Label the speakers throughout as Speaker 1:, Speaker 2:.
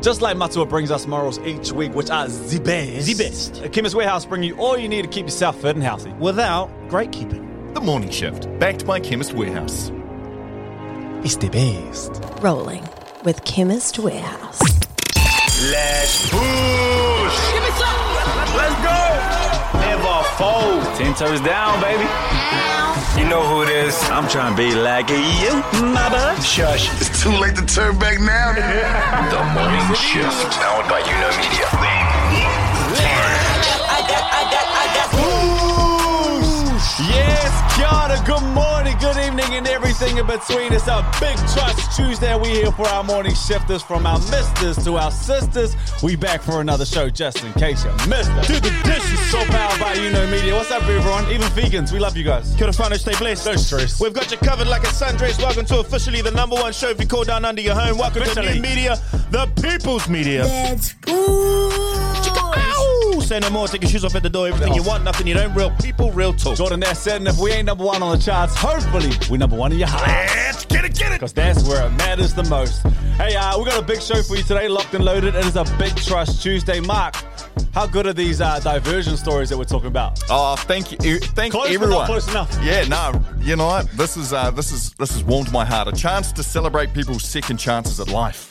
Speaker 1: Just like Matsuo brings us morals each week, which are the best.
Speaker 2: The best.
Speaker 1: Chemist Warehouse bring you all you need to keep yourself fit and healthy.
Speaker 2: Without gatekeeping.
Speaker 3: The Morning Shift, backed by Chemist Warehouse.
Speaker 2: It's the best.
Speaker 4: Rolling with Chemist Warehouse.
Speaker 5: Let's push. Give me some. Let's go. Never fold. Ten toes down, baby. You know who it is. I'm trying to be like you, mama. Shush.
Speaker 6: It's too late to turn back now. the morning shift, powered by Uno Media.
Speaker 1: Yes, Kiana, good morning, good evening, and everything in between. It's a big trust Tuesday. We're here for our morning shifters from our misters to our sisters. We back for another show just in case you missed it. To the dishes, so powered by You Know Media. What's up, everyone? Even vegans, we love you guys.
Speaker 2: Kia ora whanau, stay blessed.
Speaker 1: No stress.
Speaker 2: We've got you covered like a sundress. Welcome to officially the number one show if you call down under your home. Welcome to
Speaker 1: Officially.
Speaker 2: new media, the people's media.
Speaker 4: Let's go.
Speaker 2: Ow! Say no more. Take your shoes off at the door. Everything you want, nothing you don't. Real people, real talk.
Speaker 1: Jordan Nash said, and if we ain't number one on the charts, hopefully we're number one in your heart.
Speaker 3: Let's get it, get it.
Speaker 1: Because that's where it matters the most. Hey, uh, we got a big show for you today, locked and loaded. It is a big trust Tuesday. Mark, how good are these uh, diversion stories that we're talking about?
Speaker 3: Oh, thank you, thank
Speaker 1: Close, but not
Speaker 3: everyone.
Speaker 1: close enough.
Speaker 3: Yeah, no, you know what? This is uh, this is this has warmed my heart. A chance to celebrate people's second chances at life.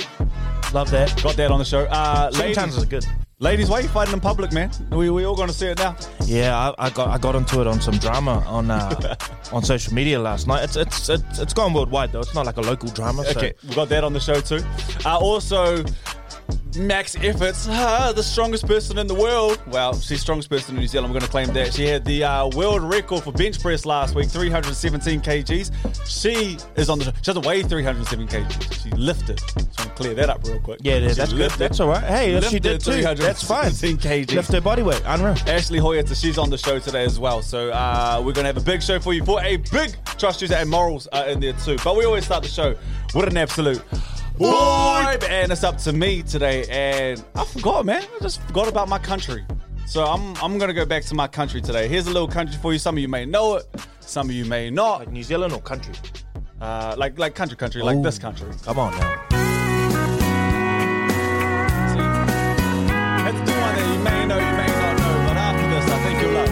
Speaker 2: Love that.
Speaker 1: Got that on the show. Uh,
Speaker 2: Sometimes
Speaker 1: ladies,
Speaker 2: it's good.
Speaker 1: ladies, why you fighting in public, man? We, we all going to see it now.
Speaker 2: Yeah, I, I got I got onto it on some drama on uh, on social media last night. It's it's it's, it's gone worldwide though. It's not like a local drama. so-
Speaker 1: Okay, we got that on the show too. Uh, also, Max Efforts, uh, the strongest person in the world. Well, she's strongest person in New Zealand. I'm going to claim that. She had the uh, world record for bench press last week, 317 kgs. She is on the. She doesn't weigh 307 kgs. She lifted. Just want to clear that up real quick.
Speaker 2: Yeah, yeah
Speaker 1: She
Speaker 2: that's good.
Speaker 1: lifted.
Speaker 2: That's all right. Hey, if she
Speaker 1: Lifted
Speaker 2: did too. That's fine.
Speaker 1: 317 kgs.
Speaker 2: Lift her body weight. Unreal.
Speaker 1: Ashley Hoyata, she's on the show today as well. So uh, we're going to have a big show for you for a big Trust Tuesday and morals uh, in there too. But we always start the show with an absolute vibe. And it's up to me today. And I forgot, man. I just forgot about my country. So I'm, I'm going to go back to my country today. Here's a little country for you. Some of you may know it. Some of you may not.
Speaker 2: New Zealand or country?
Speaker 1: Uh, like like country, country, like
Speaker 2: Ooh.
Speaker 1: this country.
Speaker 2: Come on now.
Speaker 1: See? Let's do one that you may know, you may not know. But after this, I think you'll love.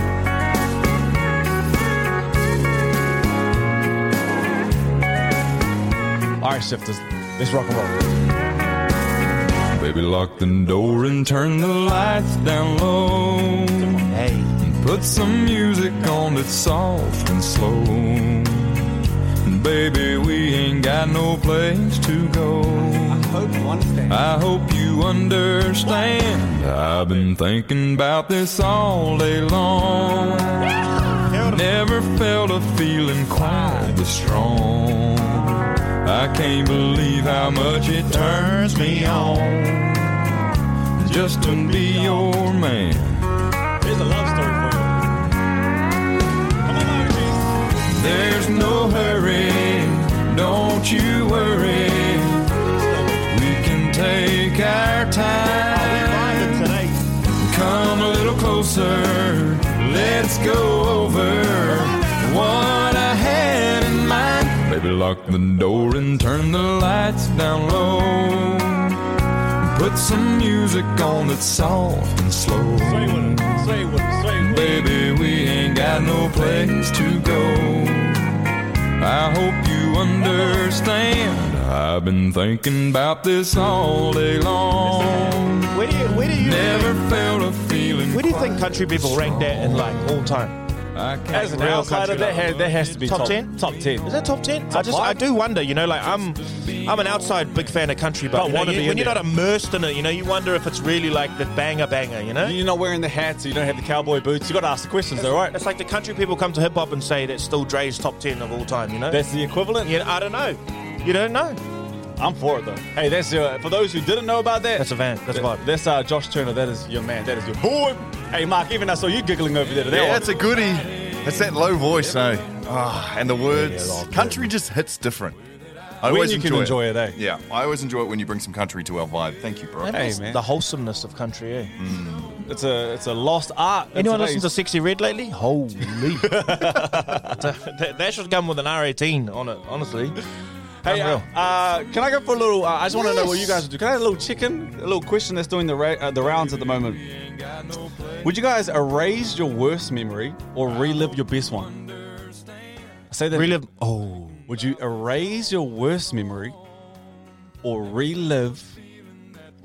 Speaker 1: All right, shifters, let's rock and roll.
Speaker 7: Baby, lock the door and turn the lights down low.
Speaker 2: Hey.
Speaker 7: Put some music on that's soft and slow. Baby, we ain't got no place to go.
Speaker 1: Hope you understand.
Speaker 7: I hope you understand. I've been thinking about this all day long. Never felt a feeling quite this strong. I can't believe how much it turns me on just to be your man.
Speaker 1: Here's a love story for you. Come on, OGs.
Speaker 7: There's no hurry, don't you worry. We can take our time. Come a little closer. Let's go over what I had in mind. Baby, lock the door and turn the lights down low. Put some music on that's soft and slow.
Speaker 1: Sway with it, sway with it, sway with it.
Speaker 7: Baby, we ain't got no place to go. I hope you understand. I've been thinking about this all day long.
Speaker 2: Where do you where do you
Speaker 7: Never felt a feeling.
Speaker 2: where do you think country people rank that in like all time?
Speaker 7: I can't
Speaker 1: As an
Speaker 2: Real
Speaker 1: outsider,
Speaker 2: country
Speaker 1: that has, that has to be
Speaker 2: Top
Speaker 1: top,
Speaker 2: 10?
Speaker 1: Top 10.
Speaker 2: Is that top ten? I just I
Speaker 1: five?
Speaker 2: do wonder, you know, like I'm I'm an outside big fan of country, but
Speaker 1: Don't
Speaker 2: you know,
Speaker 1: wanna
Speaker 2: you-
Speaker 1: be in
Speaker 2: when you're
Speaker 1: there.
Speaker 2: not immersed in it, you know, you wonder if it's really like the banger banger, you know?
Speaker 1: You're not wearing the hat, so you don't have the cowboy boots. you got to ask the questions, though, right?
Speaker 2: It's like the country people come to hip hop and say that's still Dre's top ten of all time, you know?
Speaker 1: That's the equivalent.
Speaker 2: you know, I don't know. You don't know.
Speaker 1: I'm for it, though. Hey, that's uh, for those who didn't know about that.
Speaker 2: That's a van. That's a vibe.
Speaker 1: That's uh, Josh Turner. That is your man. That is your boy. Hey, Mark, even I saw you giggling over there to that
Speaker 3: Yeah,
Speaker 1: one.
Speaker 3: it's a goodie. It's that low voice, eh? Ah, and the words. Country just hits different. I
Speaker 1: When
Speaker 3: always
Speaker 1: you can enjoy it, eh?
Speaker 3: Yeah, I always enjoy it when you bring some country to our vibe. Thank you, bro.
Speaker 1: Hey, man. Mm.
Speaker 2: The wholesomeness of country, eh?
Speaker 1: It's a it's a lost art.
Speaker 2: Anyone
Speaker 1: It's
Speaker 2: listen to Sexy Red lately? Holy. that, that should come with an R18 on it, honestly.
Speaker 1: Hey, uh,
Speaker 2: Unreal.
Speaker 1: uh, can I go for a little? Uh, I just want to know what you guys would do. Can I have a little chicken? A little question that's doing the ra- uh, the rounds at the moment. Would you guys erase your worst memory or relive your best one? Say that.
Speaker 2: Relive. Oh,
Speaker 1: Would you erase your worst memory or relive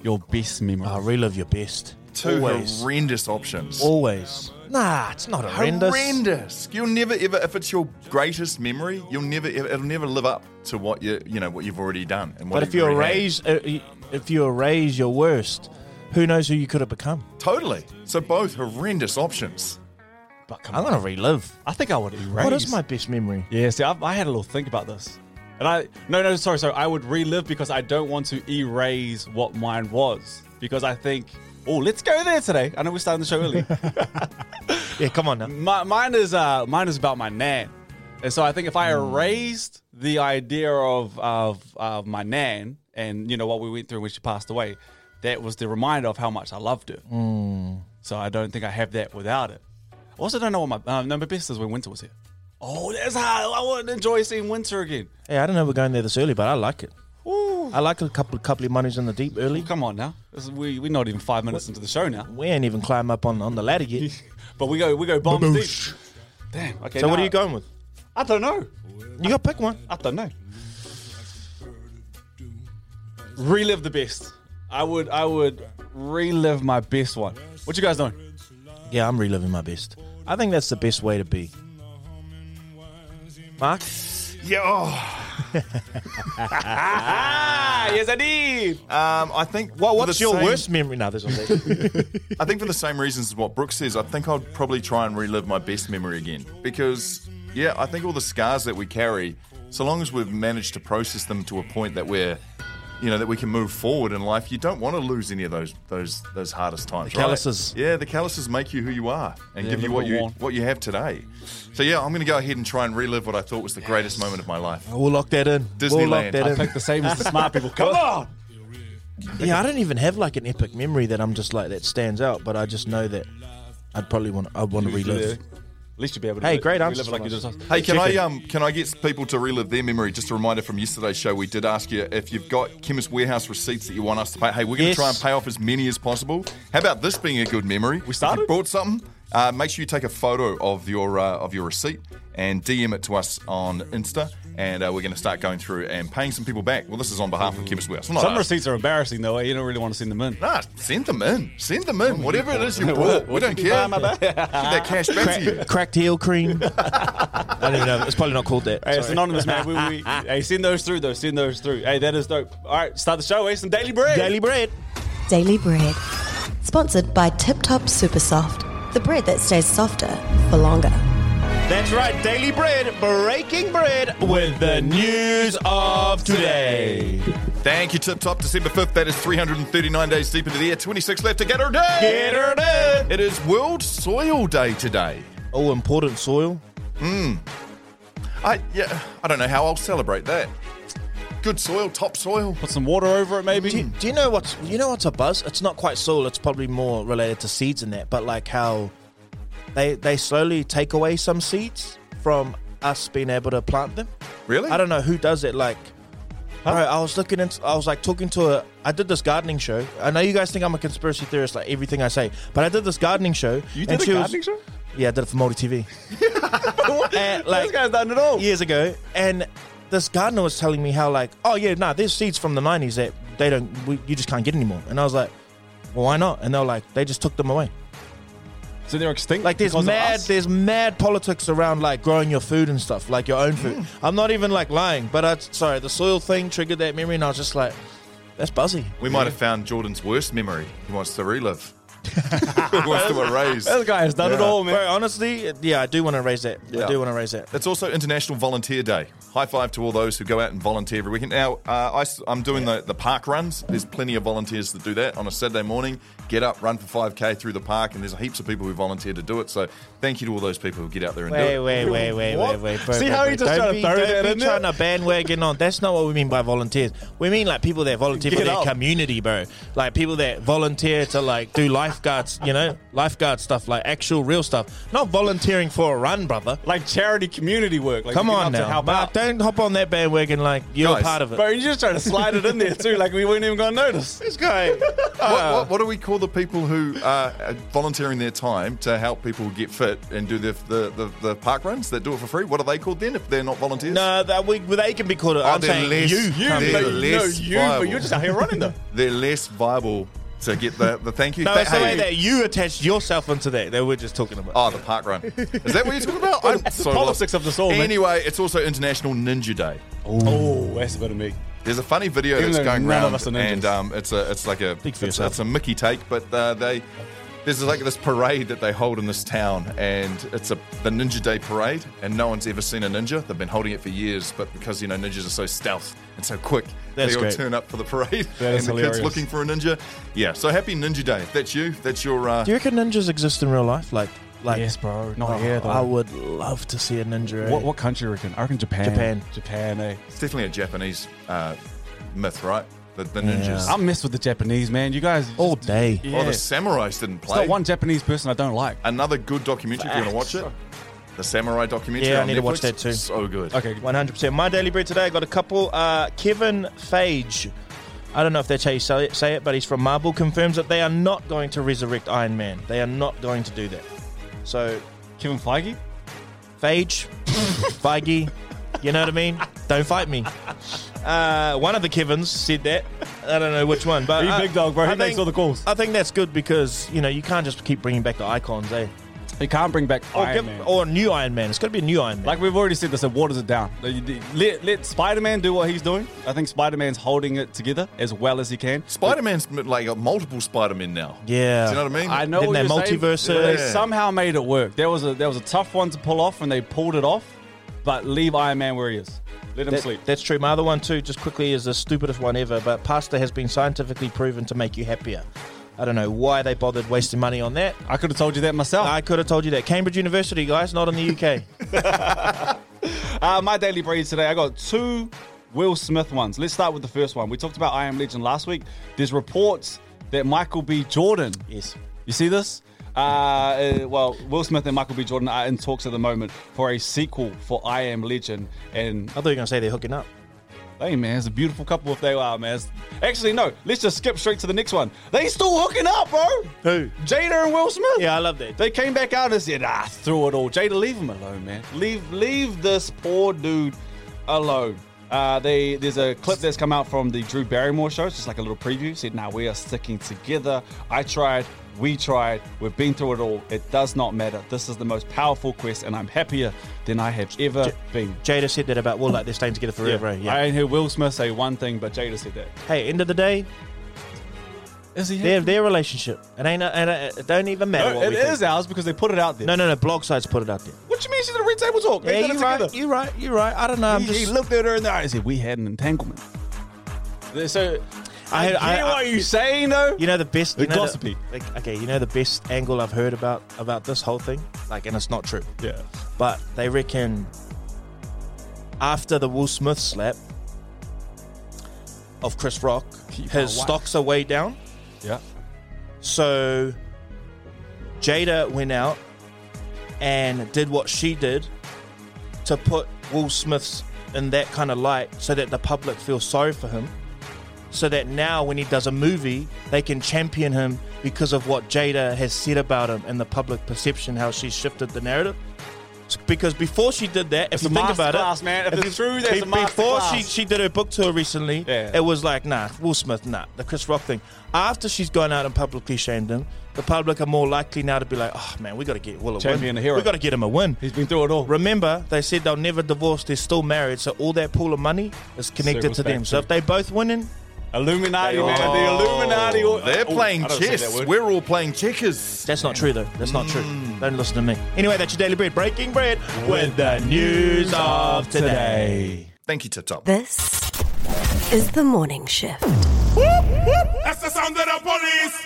Speaker 1: your best memory?
Speaker 2: uh, relive your best.
Speaker 3: Two
Speaker 2: always.
Speaker 3: horrendous options.
Speaker 2: always.
Speaker 1: Um, Ah,
Speaker 2: Nah, it's not horrendous.
Speaker 3: horrendous. You'll never ever, if it's your greatest memory, you'll never, ever, it'll never live up to what you, you know, what you've already done. And what
Speaker 2: But if
Speaker 3: you've
Speaker 2: you
Speaker 3: already had.
Speaker 2: erase, uh, y- if you erase your worst, who knows who you could have become?
Speaker 3: totally. So both horrendous options.
Speaker 1: But come
Speaker 2: I'm
Speaker 1: on.
Speaker 2: gonna relive.
Speaker 1: I think I would erase.
Speaker 2: What is my best memory?
Speaker 1: Yeah, see, I've, I had a little think about this. And I, no, no, sorry, sorry. I would relive because I don't want to erase what mine was. Because I think, oh, let's go there today. I know we're starting the show early.
Speaker 2: Yeah, come on now.
Speaker 1: my, mine is uh, mine is about my nan, and so I think if I
Speaker 2: Hmm.
Speaker 1: erased the idea of of of my nan and you know what we went through when she passed away, that was the reminder of how much I loved her.
Speaker 2: Hmm.
Speaker 1: So I don't think I have that without it. I also don't know what my uh, no, my best is when winter was here. Oh, that's how I want to enjoy seeing winter again.
Speaker 2: Hey, I don't know we're going there this early, but I like it. I like a couple couple of monies in the deep early.
Speaker 1: Come on now, This is- we we're not even five minutes into the show now,
Speaker 2: We ain't even climbed up on, on the ladder yet.
Speaker 1: but we go we go bombs deep. Damn. Okay.
Speaker 2: So what
Speaker 1: now-
Speaker 2: are you going with?
Speaker 1: I don't know.
Speaker 2: You got to pick one.
Speaker 1: I don't know. Relive the best. I would I would relive my best one. What you guys doing?
Speaker 2: Yeah, I'm reliving my best. I think that's the best way to be. Mark,
Speaker 3: Yeah. oh.
Speaker 1: Ah, yes I did.
Speaker 3: Um, I think.
Speaker 2: well,
Speaker 3: for
Speaker 2: what's
Speaker 3: the
Speaker 2: your
Speaker 3: same-
Speaker 2: worst memory? No, there's no
Speaker 3: I think for the same reasons as what Brooke says, I think I'd probably try and relive my best memory again. Because, yeah, I think all the scars that we carry, so long as we've managed to process them to a point that we're, you know, that we can move forward in life, you don't want to lose any of those those those hardest times. right?
Speaker 2: calluses.
Speaker 3: Yeah, the calluses make you who you are and
Speaker 1: Yeah,
Speaker 3: give you
Speaker 1: live
Speaker 3: what
Speaker 1: and
Speaker 3: you
Speaker 1: warm.
Speaker 3: what you have today. So yeah, I'm going to go ahead and try and relive what I thought was the greatest moment of my life.
Speaker 2: We'll lock that in. We'll lock
Speaker 3: Disneyland.
Speaker 2: that
Speaker 3: I
Speaker 2: in.
Speaker 1: Pick the same as the smart people. Come on.
Speaker 2: Yeah, I don't even have like an epic memory that I'm just like that stands out, but I just know that I'd probably want I'd want to
Speaker 1: Yeah.
Speaker 2: relive.
Speaker 1: At least you'll be able to.
Speaker 2: Hey,
Speaker 1: do it.
Speaker 2: great
Speaker 1: Relive
Speaker 2: answers
Speaker 1: it like
Speaker 2: from
Speaker 1: you
Speaker 2: us.
Speaker 1: just-
Speaker 3: Hey, can I
Speaker 2: Chicken.
Speaker 3: um can I get people to relive their memory? Just a reminder from yesterday's show, we did ask you if you've got Chemist Warehouse receipts that you want us to pay. Hey, we're going
Speaker 2: Yes.
Speaker 3: to try and pay off as many as possible. How about this being a good memory? We
Speaker 1: started?
Speaker 3: If you brought something. Uh, make sure you take a photo of your uh, of your receipt and DM it to us on Insta, and uh, we're going to start going through and paying some people back. Well, this is on behalf of Chemist Warehouse. Not
Speaker 1: Some
Speaker 3: us.
Speaker 1: receipts are embarrassing though. eh? You don't really want to send them in.
Speaker 3: Nah, send them in. Send them in. Whatever it is you brought,
Speaker 1: What-
Speaker 3: we
Speaker 1: what
Speaker 3: don't
Speaker 1: you be
Speaker 3: care.
Speaker 1: buying, my bad?
Speaker 3: Get that cash back to you.
Speaker 2: Cracked heel cream. I don't even know. It's probably not called that.
Speaker 1: Hey, it's
Speaker 2: Sorry.
Speaker 1: anonymous, man. We, we, hey, send those through though. Send those through. Hey, that is dope. All right, start the show. Eh? Some daily bread.
Speaker 2: Daily bread.
Speaker 4: Daily Bread. Sponsored by Tip Top Super Soft, the bread that stays softer for longer.
Speaker 2: That's right, Daily Bread, breaking bread with the news of today.
Speaker 3: Thank you, Tip Top. December 5th, that is 339 days deep into the year. 26 left to get her day.
Speaker 2: Get her done.
Speaker 3: It is World Soil Day today.
Speaker 2: Oh, important soil.
Speaker 3: I yeah, I don't know how I'll celebrate that. Good soil, top soil.
Speaker 1: Put some water over it, maybe.
Speaker 2: Do you, do you know what's you know what's a buzz? It's not quite soil. It's probably more related to seeds and that. But like how they they slowly take away some seeds from us being able to plant them.
Speaker 3: Really?
Speaker 2: I don't know who does it. Like, bro, I was looking into, I was like talking to a, I did this gardening show. I know you guys think I'm a conspiracy theorist, like everything I say, but I did this gardening show.
Speaker 1: You
Speaker 2: and
Speaker 1: did a
Speaker 2: she was-
Speaker 1: gardening show?
Speaker 2: Yeah, I did it for Multi TV. and,
Speaker 1: this
Speaker 2: like
Speaker 1: guy's done it all.
Speaker 2: years ago, and this gardener was telling me how like, oh yeah, nah, there's seeds from the '90s that they don't, we, you just can't get anymore. And I was like, well, why not? And they were like, they just took them away.
Speaker 1: So they're extinct.
Speaker 2: Like there's
Speaker 1: because of
Speaker 2: mad
Speaker 1: us?
Speaker 2: there's mad politics around like growing your food and stuff, like your own food. I'm not even like lying, but I sorry, the soil thing triggered that memory and I was just like, that's buzzy.
Speaker 3: We might have found Jordan's worst memory. He wants to relive. he wants to erase.
Speaker 1: This guy has done it all, man.
Speaker 2: Bro, honestly, yeah, I do want to raise that.
Speaker 3: Yeah.
Speaker 2: I do want to raise that.
Speaker 3: It's also International Volunteer Day. High five to all those who go out and volunteer every weekend. Now, uh, I, am doing the, the park runs. There's plenty of volunteers that do that on a Saturday morning. Get up, run for 5K through the park, and there's heaps of people who volunteer to do it. So thank you to all those people who get out there and do
Speaker 2: Wait,
Speaker 3: it.
Speaker 2: wait, wait, wait,
Speaker 1: What?
Speaker 2: wait, wait, bro.
Speaker 1: See
Speaker 2: bro,
Speaker 1: how
Speaker 2: bro.
Speaker 1: he just
Speaker 2: Don't
Speaker 1: tried to
Speaker 2: be,
Speaker 1: throw
Speaker 2: don't
Speaker 1: that
Speaker 2: be
Speaker 1: in there?
Speaker 2: trying to bandwagon on. That's not what we mean by volunteers. We mean like people that volunteer
Speaker 1: Get
Speaker 2: for their
Speaker 1: up.
Speaker 2: community, bro. Like people that volunteer to like do life lifeguards, you know, lifeguard stuff, like actual real stuff. Not volunteering for a run, brother.
Speaker 1: Like charity community work. Like
Speaker 2: Come
Speaker 1: you get
Speaker 2: on
Speaker 1: up
Speaker 2: now.
Speaker 1: To help
Speaker 2: Nah,
Speaker 1: out.
Speaker 2: Don't hop on that bandwagon like you're
Speaker 3: Guys,
Speaker 2: a part of it.
Speaker 1: Bro, you're just trying to slide it in there too, like we weren't even going to notice.
Speaker 2: this guy. Ah.
Speaker 3: what, what, what do we call the people who are uh, volunteering their time to help people get fit and do the, the, the, the park runs that do it for free? What are they called then if they're not volunteers?
Speaker 2: no, Uh, that we, they can be called it.
Speaker 3: Are
Speaker 2: I'm
Speaker 3: they
Speaker 2: saying
Speaker 3: less-
Speaker 2: you.
Speaker 1: You,
Speaker 3: They're
Speaker 1: but, no,
Speaker 3: less
Speaker 1: you,
Speaker 3: viable.
Speaker 1: but you're just out here running though.
Speaker 3: They're less viable to get the, the thank you.
Speaker 2: No,
Speaker 3: Th-
Speaker 2: it's the
Speaker 3: hey.
Speaker 2: way that you attached yourself into that that we're just talking about.
Speaker 3: Oh, the park run. Is that what you're talking about? I'm
Speaker 1: That's the
Speaker 3: so lost.
Speaker 1: politics of the soul, man.
Speaker 3: Anyway, it's also International Ninja Day.
Speaker 1: Oh, that's a bit of me.
Speaker 3: There's a funny video
Speaker 1: Even
Speaker 3: that's
Speaker 1: though
Speaker 3: going
Speaker 1: none of
Speaker 3: around,
Speaker 1: us are ninjas.
Speaker 3: and um, it's a it's like a
Speaker 2: Speak for
Speaker 3: it's,
Speaker 2: yourself.
Speaker 3: it's a Mickey take, but uh, they there's like this parade that they hold in this town, and it's a the Ninja Day parade, and no one's ever seen a ninja. They've been holding it for years, but because you know ninjas are so stealth and so quick,
Speaker 2: That's
Speaker 3: they all
Speaker 2: great.
Speaker 3: turn up for the parade,
Speaker 1: That
Speaker 3: and
Speaker 1: is
Speaker 3: the
Speaker 1: hilarious.
Speaker 3: kids looking for a ninja. Yeah, so happy Ninja Day. If that's you, if that's your. Uh,
Speaker 2: Do you reckon ninjas exist in real life? Like, like
Speaker 1: Yes, bro. Not
Speaker 2: oh,
Speaker 1: here, though.
Speaker 2: I would love to see a ninja. eh?
Speaker 1: What, what country you reckon? I reckon Japan.
Speaker 2: Japan.
Speaker 1: Japan, eh?
Speaker 3: it's definitely a Japanese uh, myth, right? The, the ninjas.
Speaker 1: I mess with the Japanese, man. You guys.
Speaker 2: all day?
Speaker 1: Yeah.
Speaker 3: Oh, the samurais didn't
Speaker 1: There's
Speaker 3: play.
Speaker 1: not one Japanese person I don't like.
Speaker 3: Another good documentary if you want to watch it. The samurai documentary.
Speaker 2: Yeah, I
Speaker 3: on
Speaker 2: need to watch
Speaker 3: Netflix.
Speaker 2: that too.
Speaker 3: So good.
Speaker 1: Okay.
Speaker 2: One hundred percent. My daily bread today. I got a couple. Uh, Kevin Fage. I don't know if that's how you say it, say it, but he's from Marvel. Confirms that they are not going to resurrect Iron Man. They are not going to do that. So
Speaker 1: Kevin Feige?
Speaker 2: Phage, Feige, you know what I mean? Don't fight me. Uh, one of the Kevins said that. I don't know which one, but
Speaker 1: He
Speaker 2: I-
Speaker 1: big dog, bro. He
Speaker 2: I
Speaker 1: makes
Speaker 2: think-
Speaker 1: all the calls.
Speaker 2: I think that's good because you know you can't just keep bringing back the icons, eh?
Speaker 1: You can't bring back
Speaker 2: Or,
Speaker 1: Iron
Speaker 2: give-
Speaker 1: Man.
Speaker 2: or a new Iron Man. It's got to be a new Iron Man.
Speaker 1: Like we've already said, this it waters it down. Like, you d- Let, let Spider Man do what he's doing. I think Spider Man's holding it together as well as he can.
Speaker 3: Spider Man's like got multiple Spider Men now.
Speaker 2: Yeah.
Speaker 3: Do you know what I mean?
Speaker 1: I know
Speaker 2: Then
Speaker 1: what
Speaker 2: they're
Speaker 1: you're
Speaker 2: multiverses.
Speaker 1: saying, but They
Speaker 3: Yeah.
Speaker 1: somehow made it work. There was a there was a tough one to pull off, and they pulled it off. But leave Iron Man where he is. Let him
Speaker 2: That-
Speaker 1: sleep.
Speaker 2: That's true. My other one too, just quickly, is the stupidest one ever. But pasta has been scientifically proven to make you happier. I don't know why they bothered wasting money on that.
Speaker 1: I could have told you that myself.
Speaker 2: I could have told you that. Cambridge University, guys, not in the UK.
Speaker 1: Uh, my daily breed today, I got two Will Smith ones. Let's start with the first one. We talked about I Am Legend last week. There's reports that Michael B. Jordan.
Speaker 2: yes.
Speaker 1: You see this? Uh, uh, well, Will Smith and Michael B. Jordan are in talks at the moment for a sequel for I Am Legend. And
Speaker 2: I thought you were going to say they're hooking up.
Speaker 1: hey, man, it's a beautiful couple if they are, man. It's- actually, no, let's just skip straight to the next one. They still hooking up, bro.
Speaker 2: Who?
Speaker 1: Jada and Will Smith.
Speaker 2: Yeah, I love that.
Speaker 1: They came back out and said, ah, through it all. Jada, leave him alone, man. Leave leave this poor dude alone. Uh, they there's a clip that's come out from the Drew Barrymore show. It's just like a little preview. Said, now we are sticking together. I tried, we tried, we've been through it all. It does not matter. This is the most powerful quest, and I'm happier than I have ever been.
Speaker 2: Jada said that about well, like they're staying together forever. Yeah.
Speaker 1: I ain't heard Will Smith say one thing, but Jada said that.
Speaker 2: hey, end of the day,
Speaker 1: Is he?
Speaker 2: their their relationship. It ain't. It, ain't- it don't even matter.
Speaker 1: No,
Speaker 2: what
Speaker 1: it
Speaker 2: we
Speaker 1: is
Speaker 2: Think.
Speaker 1: ours because they put it out there.
Speaker 2: No, no, no. Blog sites put it out there.
Speaker 1: What you mean she's in a red table talk? They
Speaker 2: yeah,
Speaker 1: did it
Speaker 2: you're
Speaker 1: together.
Speaker 2: right. You're right. You're right. I don't know. I'm
Speaker 1: he, he
Speaker 2: just.
Speaker 1: looked at her in the eyes and said, We had an entanglement. So,
Speaker 2: I had.
Speaker 1: I,
Speaker 2: I,
Speaker 1: hear
Speaker 2: I,
Speaker 1: what you're saying, though.
Speaker 2: you know the best.
Speaker 1: The
Speaker 2: You know the-
Speaker 1: gossipy.
Speaker 2: like, okay, you know the best angle I've heard about about this whole thing. Like, and it's not true.
Speaker 1: yeah.
Speaker 2: But they reckon after the Will Smith slap of Chris Rock,
Speaker 1: Keep
Speaker 2: his
Speaker 1: my wife.
Speaker 2: stocks are way down.
Speaker 1: Yeah.
Speaker 2: So Jada went out and did what she did to put Will Smith's in that kind of light so that the public feels sorry for him. So that now when he does a movie, they can champion him because of what Jada has said about him and the public perception, how she's shifted the narrative. S- Because before she did that, if
Speaker 1: It's
Speaker 2: you
Speaker 1: a
Speaker 2: think about
Speaker 1: masterclass,
Speaker 2: it,
Speaker 1: man. If it's true, that's a
Speaker 2: before she,
Speaker 1: masterclass.
Speaker 2: she did her book tour recently,
Speaker 1: Yeah.
Speaker 2: it was like, nah, Will Smith, nah, the Chris Rock thing. After she's gone out and publicly shamed him, the public are more likely now to be like, oh man, we got to get Will a
Speaker 1: Champion
Speaker 2: win.
Speaker 1: a hero.
Speaker 2: We got to get him a win.
Speaker 1: He's been through it all.
Speaker 2: Remember, they said they'll never divorce. They're still married, so all that pool of money is connected
Speaker 1: Circles
Speaker 2: to them.
Speaker 1: back
Speaker 2: So
Speaker 1: to-
Speaker 2: if they both winning,
Speaker 1: Illuminati, man. The
Speaker 3: Oh,
Speaker 1: Illuminati. all-
Speaker 3: They're
Speaker 1: Oh,
Speaker 3: playing
Speaker 1: I don't say that
Speaker 3: chess.
Speaker 1: word.
Speaker 3: We're all playing checkers.
Speaker 2: that's not true though. That's not true. Don't listen to me. Anyway, that's your daily bread. Breaking bread with the news of today.
Speaker 3: Thank you, Tip Top.
Speaker 8: This is the morning shift.
Speaker 9: That's the sound of the police.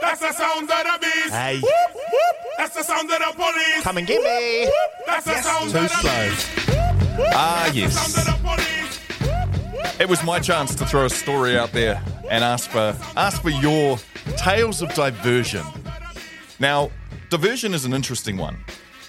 Speaker 9: That's the sound of the beast.
Speaker 2: Hey,
Speaker 9: That's the sound of the police.
Speaker 2: come and get me.
Speaker 9: That's the sound
Speaker 2: Too
Speaker 9: of the
Speaker 2: slow.
Speaker 9: beast.
Speaker 3: Ah,
Speaker 9: Sound
Speaker 3: yes.
Speaker 9: of the police.
Speaker 3: It was my chance to throw a story out there and ask for ask for your Tales of Diversion. Now, diversion is an interesting one.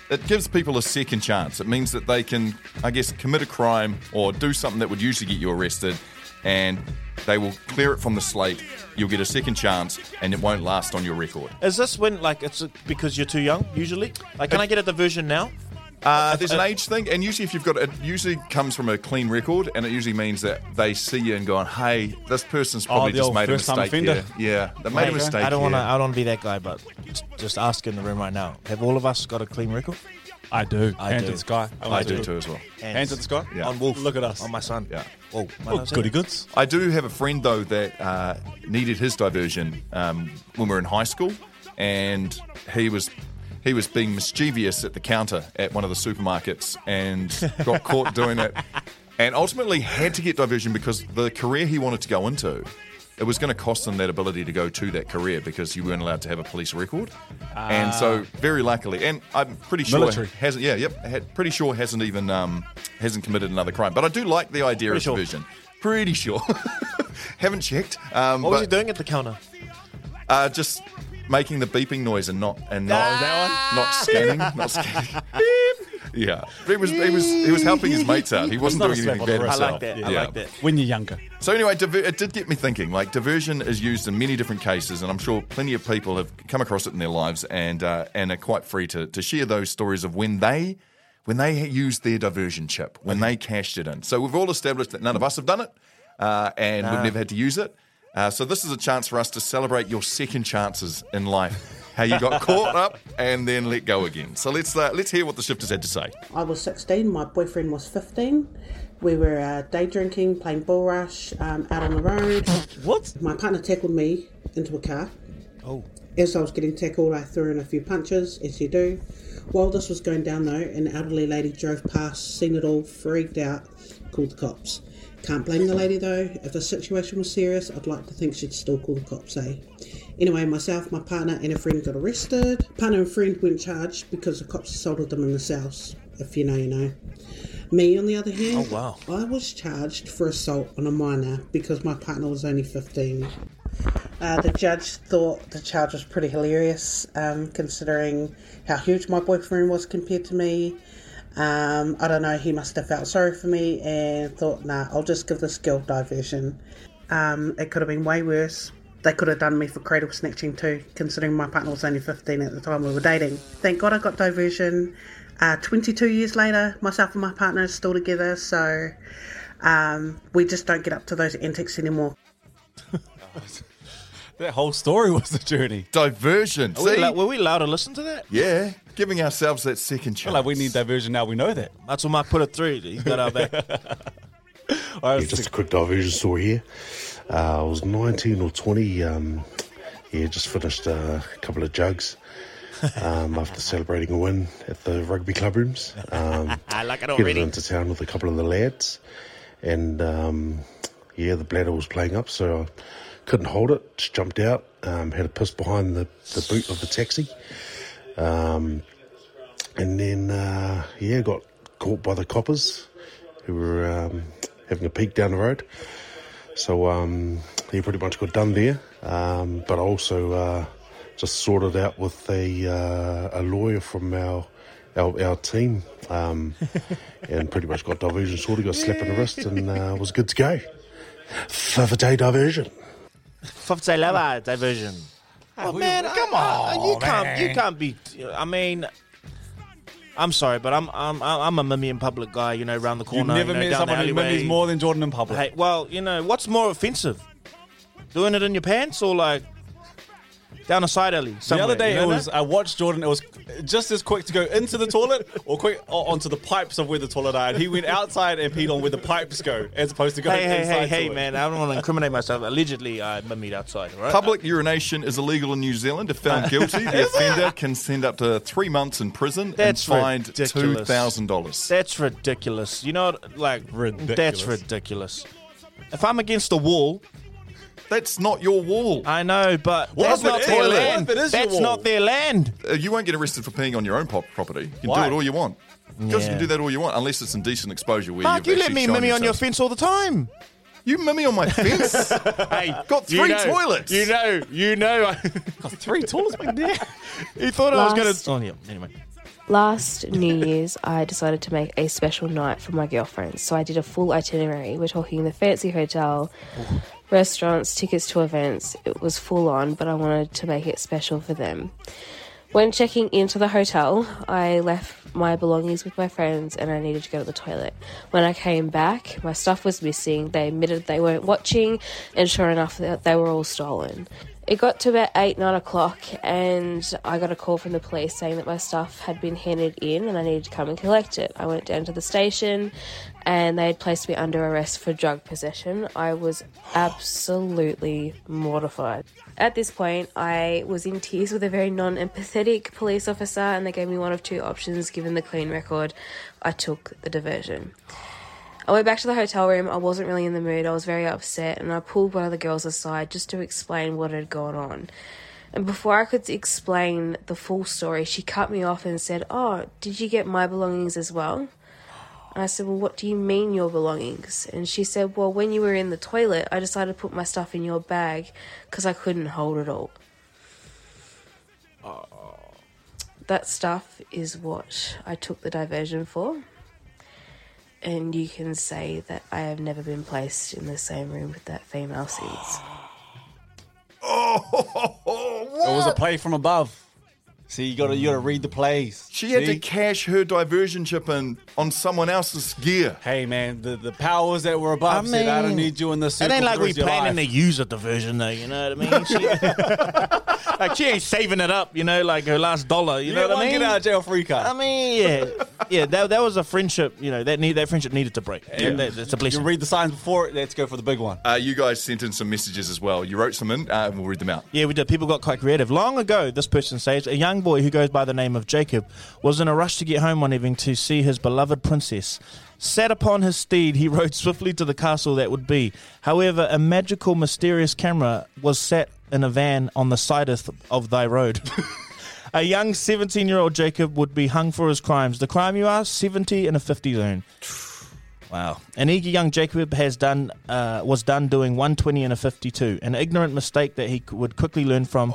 Speaker 3: It gives people a second chance. It means that they can, I guess, commit a crime or do something that would usually get you arrested, and they will clear it from the slate. You'll get a second chance, and it won't last on your record.
Speaker 2: Is this when like it's because you're too young usually? Like, can I get a diversion now?
Speaker 3: Uh, there's an age thing, and usually if you've got it, usually comes from a clean record, and it usually means that they see you and going, "Hey, this person's probably
Speaker 1: Oh, the
Speaker 3: just
Speaker 1: old
Speaker 3: made a
Speaker 1: first-time
Speaker 3: mistake
Speaker 1: offender.
Speaker 3: here." Yeah, they made a
Speaker 2: Mate,
Speaker 3: mistake.
Speaker 2: I don't want to.
Speaker 3: here.
Speaker 2: I don't want to be that guy, but just- just ask in the room right now. Have all of us got a clean record?
Speaker 1: I do.
Speaker 2: I
Speaker 1: Hand
Speaker 2: do.
Speaker 1: to the sky.
Speaker 3: I
Speaker 1: want
Speaker 3: do
Speaker 1: to-
Speaker 3: too as well.
Speaker 1: Hands to the sky.
Speaker 3: Yeah.
Speaker 2: On Wolf.
Speaker 1: Look at us.
Speaker 2: On my son.
Speaker 3: Yeah.
Speaker 2: Oh, my
Speaker 1: Oh,
Speaker 2: last
Speaker 1: goody
Speaker 2: name.
Speaker 1: goods.
Speaker 3: I do have a friend though that uh, needed his diversion um, when we were in high school, and he was he was being mischievous at the counter at one of the supermarkets and got caught doing it, and ultimately had to get diversion because the career he wanted to go into. It was going to cost him that ability to go to that career because you weren't allowed to have a police record, and so
Speaker 2: Ah.
Speaker 3: very luckily, and I'm pretty sure
Speaker 1: Military.
Speaker 3: hasn't. Yeah, yep, ha- pretty sure hasn't even um, hasn't committed another crime. But I do like the idea
Speaker 2: Pretty
Speaker 3: of
Speaker 2: sure.
Speaker 3: diversion. Pretty sure. Haven't checked. Um,
Speaker 2: What
Speaker 3: but,
Speaker 2: was he doing at the counter?
Speaker 3: Uh, just making the beeping noise and not and not
Speaker 2: Ah.
Speaker 3: not
Speaker 7: Ah.
Speaker 3: scanning, not scanning. yeah, he was he was he was helping his mates out. He wasn't
Speaker 1: not
Speaker 3: doing
Speaker 1: a slap
Speaker 3: anything
Speaker 1: on the
Speaker 3: bad
Speaker 1: wrist.
Speaker 3: himself.
Speaker 1: So,
Speaker 2: I like that. I
Speaker 3: Yeah.
Speaker 2: like that.
Speaker 1: When you're younger.
Speaker 3: So anyway, diver- it did get me thinking. Like diversion is used in many different cases, and I'm sure plenty of people have come across it in their lives, and uh, and are quite free to to share those stories of when they when they used their diversion chip, when they cashed it in. So we've all established that none of us have done it, uh, and we've never had to use it. Uh, so this is a chance for us to celebrate your second chances in life. How you got caught up and then let go again. So let's uh, let's hear what the shifters had to say.
Speaker 10: I was 16, my boyfriend was 15. We were uh, day drinking, playing bull rush, um, out on the road.
Speaker 2: What?
Speaker 10: My partner tackled me into a car.
Speaker 2: Oh.
Speaker 10: As I was getting tackled, I threw in a few punches, as you do. While this was going down, though, an elderly lady drove past, seen it all, freaked out, called the cops. Can't blame the lady, though. If the situation was serious, I'd like to think she'd still call the cops, eh? Anyway, myself, my partner, and a friend got arrested. Partner and friend weren't charged because the cops assaulted them in the house. If you know, you know. Me, on the other hand,
Speaker 2: Oh, wow.
Speaker 10: I was charged for assault on a minor because my partner was only 15. Uh, the judge thought the charge was pretty hilarious, um, considering how huge my boyfriend was compared to me. Um, I don't know, he must have felt sorry for me and thought, nah, I'll just give this girl diversion. Um, it could have been way worse. They could have done me for cradle snatching too, considering my partner was only 15 at the time we were dating. Thank God I got diversion. Uh, 22 years later, myself and my partner are still together, so um, we just don't get up to those antics anymore.
Speaker 1: That whole story was the journey.
Speaker 3: Diversion.
Speaker 2: Were we,
Speaker 3: See?
Speaker 2: allo- were we allowed to listen to that?
Speaker 3: yeah, giving ourselves that second chance.
Speaker 1: Feel like we need diversion now. We know that.
Speaker 2: That's what Mark put it through. He's got our back.
Speaker 1: All right,
Speaker 11: Yeah, just a quick diversion story here. Uh, I was 19 or 20. Um, yeah, just finished uh, a couple of jugs um, after celebrating a win at the rugby club rooms. Um,
Speaker 2: I like it
Speaker 11: headed
Speaker 2: already.
Speaker 11: into town with a couple of the lads, and um, yeah, the bladder was playing up, so I couldn't hold it. Just jumped out, um, had a piss behind the, the boot of the taxi, um, and then uh, yeah, got caught by the coppers who were um, having a peek down the road. So um, yeah, pretty much got done there, um, but I also uh, just sorted out with a uh, a lawyer from our our, our team, um, and pretty much got diversion sorted, got slapped in the wrist, and uh, was good to go. Fifth day diversion.
Speaker 2: Fifth day lover uh, diversion. Oh, man, come on, you can't, you can't be. I mean, I'm sorry, but I'm, I'm, I'm a mimmy in public guy. You know, round the
Speaker 1: You've
Speaker 2: corner.
Speaker 1: never
Speaker 2: you know, down
Speaker 1: met
Speaker 2: the
Speaker 1: someone who
Speaker 2: alleyway.
Speaker 1: mimics more than Jordan in public.
Speaker 2: Hey, well, you know, what's more offensive? Doing it in your pants or like down a side alley?
Speaker 1: the
Speaker 2: Somewhere,
Speaker 1: other day,
Speaker 2: you know
Speaker 1: it was uh,
Speaker 2: that?
Speaker 1: I watched Jordan. It was just as quick to go into the toilet or quick or onto the pipes of where the toilet are. And he went outside and peed on where the pipes go, as opposed to going
Speaker 2: Hey, hey,
Speaker 1: inside.
Speaker 2: hey, hey,
Speaker 1: to it.
Speaker 2: man! I don't want to incriminate myself. Allegedly, I mimmied outside. all Right?
Speaker 3: Public urination is illegal in New Zealand. If found guilty, the offender can send up to three months in prison
Speaker 2: That's
Speaker 3: and fined two
Speaker 2: ridiculous.
Speaker 3: thousand dollars.
Speaker 2: That's ridiculous. You know, like
Speaker 1: Ridiculous.
Speaker 2: that's ridiculous. If I'm against the wall,
Speaker 3: That's not your wall.
Speaker 2: I know, but
Speaker 1: What
Speaker 2: that's
Speaker 1: if it
Speaker 2: not
Speaker 1: is?
Speaker 2: their
Speaker 1: What
Speaker 2: land.
Speaker 1: if it is your
Speaker 2: that's
Speaker 1: wall?
Speaker 2: not their land.
Speaker 3: Uh, you won't get arrested for peeing on your own pop- property. You can
Speaker 1: Why?
Speaker 3: do it all you want. Because you
Speaker 2: Yeah.
Speaker 3: can do that all you want, unless it's indecent exposure. Where
Speaker 2: Mark,
Speaker 3: you've
Speaker 2: you let
Speaker 3: actually
Speaker 2: me
Speaker 3: shown
Speaker 2: mimmy on your
Speaker 3: yourself.
Speaker 2: fence all the time.
Speaker 3: You mummy on my fence.
Speaker 12: hey,
Speaker 3: got
Speaker 12: You
Speaker 3: three
Speaker 12: know-
Speaker 3: toilets.
Speaker 12: You know, you know.
Speaker 2: got three toilets back there.
Speaker 12: he thought I was
Speaker 2: Last-
Speaker 12: going to. Oh, yeah, anyway.
Speaker 13: Last New Year's, I decided to make a special night for my girlfriends, so I did a full itinerary. We're talking the fancy hotel, restaurants, tickets to events. It was full on, but I wanted to make it special for them. When checking into the hotel, I left my belongings with my friends and I needed to go to the toilet. When I came back, my stuff was missing. They admitted they weren't watching, and sure enough, they they were all stolen. It got to about 8, 9 o'clock, and I got a call from the police saying that my stuff had been handed in and I needed to come and collect it. I went down to the station and they had placed me under arrest for drug possession. I was absolutely mortified. At this point, I was in tears with a very non empathetic police officer, and they gave me one of two options given the clean record. I took the diversion. I went back to the hotel room. I wasn't really in the mood. I was very upset, and I pulled one of the girls aside just to explain what had gone on. And before I could explain the full story, she cut me off and said, Oh, did you get my belongings as well? And I said, Well, what do you mean your belongings? And she said, Well, when you were in the toilet, I decided to put my stuff in your bag because I couldn't hold it all. That stuff is what I took the diversion for. And you can say that I have never been placed in the same room with that female since.
Speaker 1: It was a play from above. See, you gotta you gotta read the plays.
Speaker 3: She had to cash her diversion chip in on someone else's gear.
Speaker 1: Hey man, the, the powers that were above said, "I don't need you in this."
Speaker 2: It ain't
Speaker 1: circle
Speaker 2: like
Speaker 1: for the
Speaker 2: we
Speaker 1: rest of your
Speaker 2: planning to
Speaker 1: life."
Speaker 2: use a diversion though. You know what I mean? She, like she ain't saving it up. You know, like her last dollar. You,
Speaker 1: You
Speaker 2: know
Speaker 1: get
Speaker 2: what I
Speaker 1: one
Speaker 2: mean?
Speaker 1: get out of jail free card.
Speaker 2: I mean, yeah, yeah. That, that was a friendship. You know, that need that friendship needed to break.
Speaker 3: Yeah.
Speaker 2: Yeah. That, that's a blessing.
Speaker 1: You read the signs before it. Let's go for the big one.
Speaker 3: Uh, you guys sent in some messages as well. You wrote some in, uh, and we'll read them out.
Speaker 2: Yeah, we did. People got quite creative. Long ago, this person says a young boy who goes by the name of Jacob was in a rush to get home one evening to see his beloved princess. Sat upon his steed, he rode swiftly to the castle that would be. However, a magical, mysterious camera was set in a van on the side of, of thy road. a young 17 year old Jacob would be hung for his crimes. The crime, you are, 70 in a 50 zone. Wow. An eager young Jacob has done uh, was done doing 120 and a 52, an ignorant mistake that he c- would quickly learn from.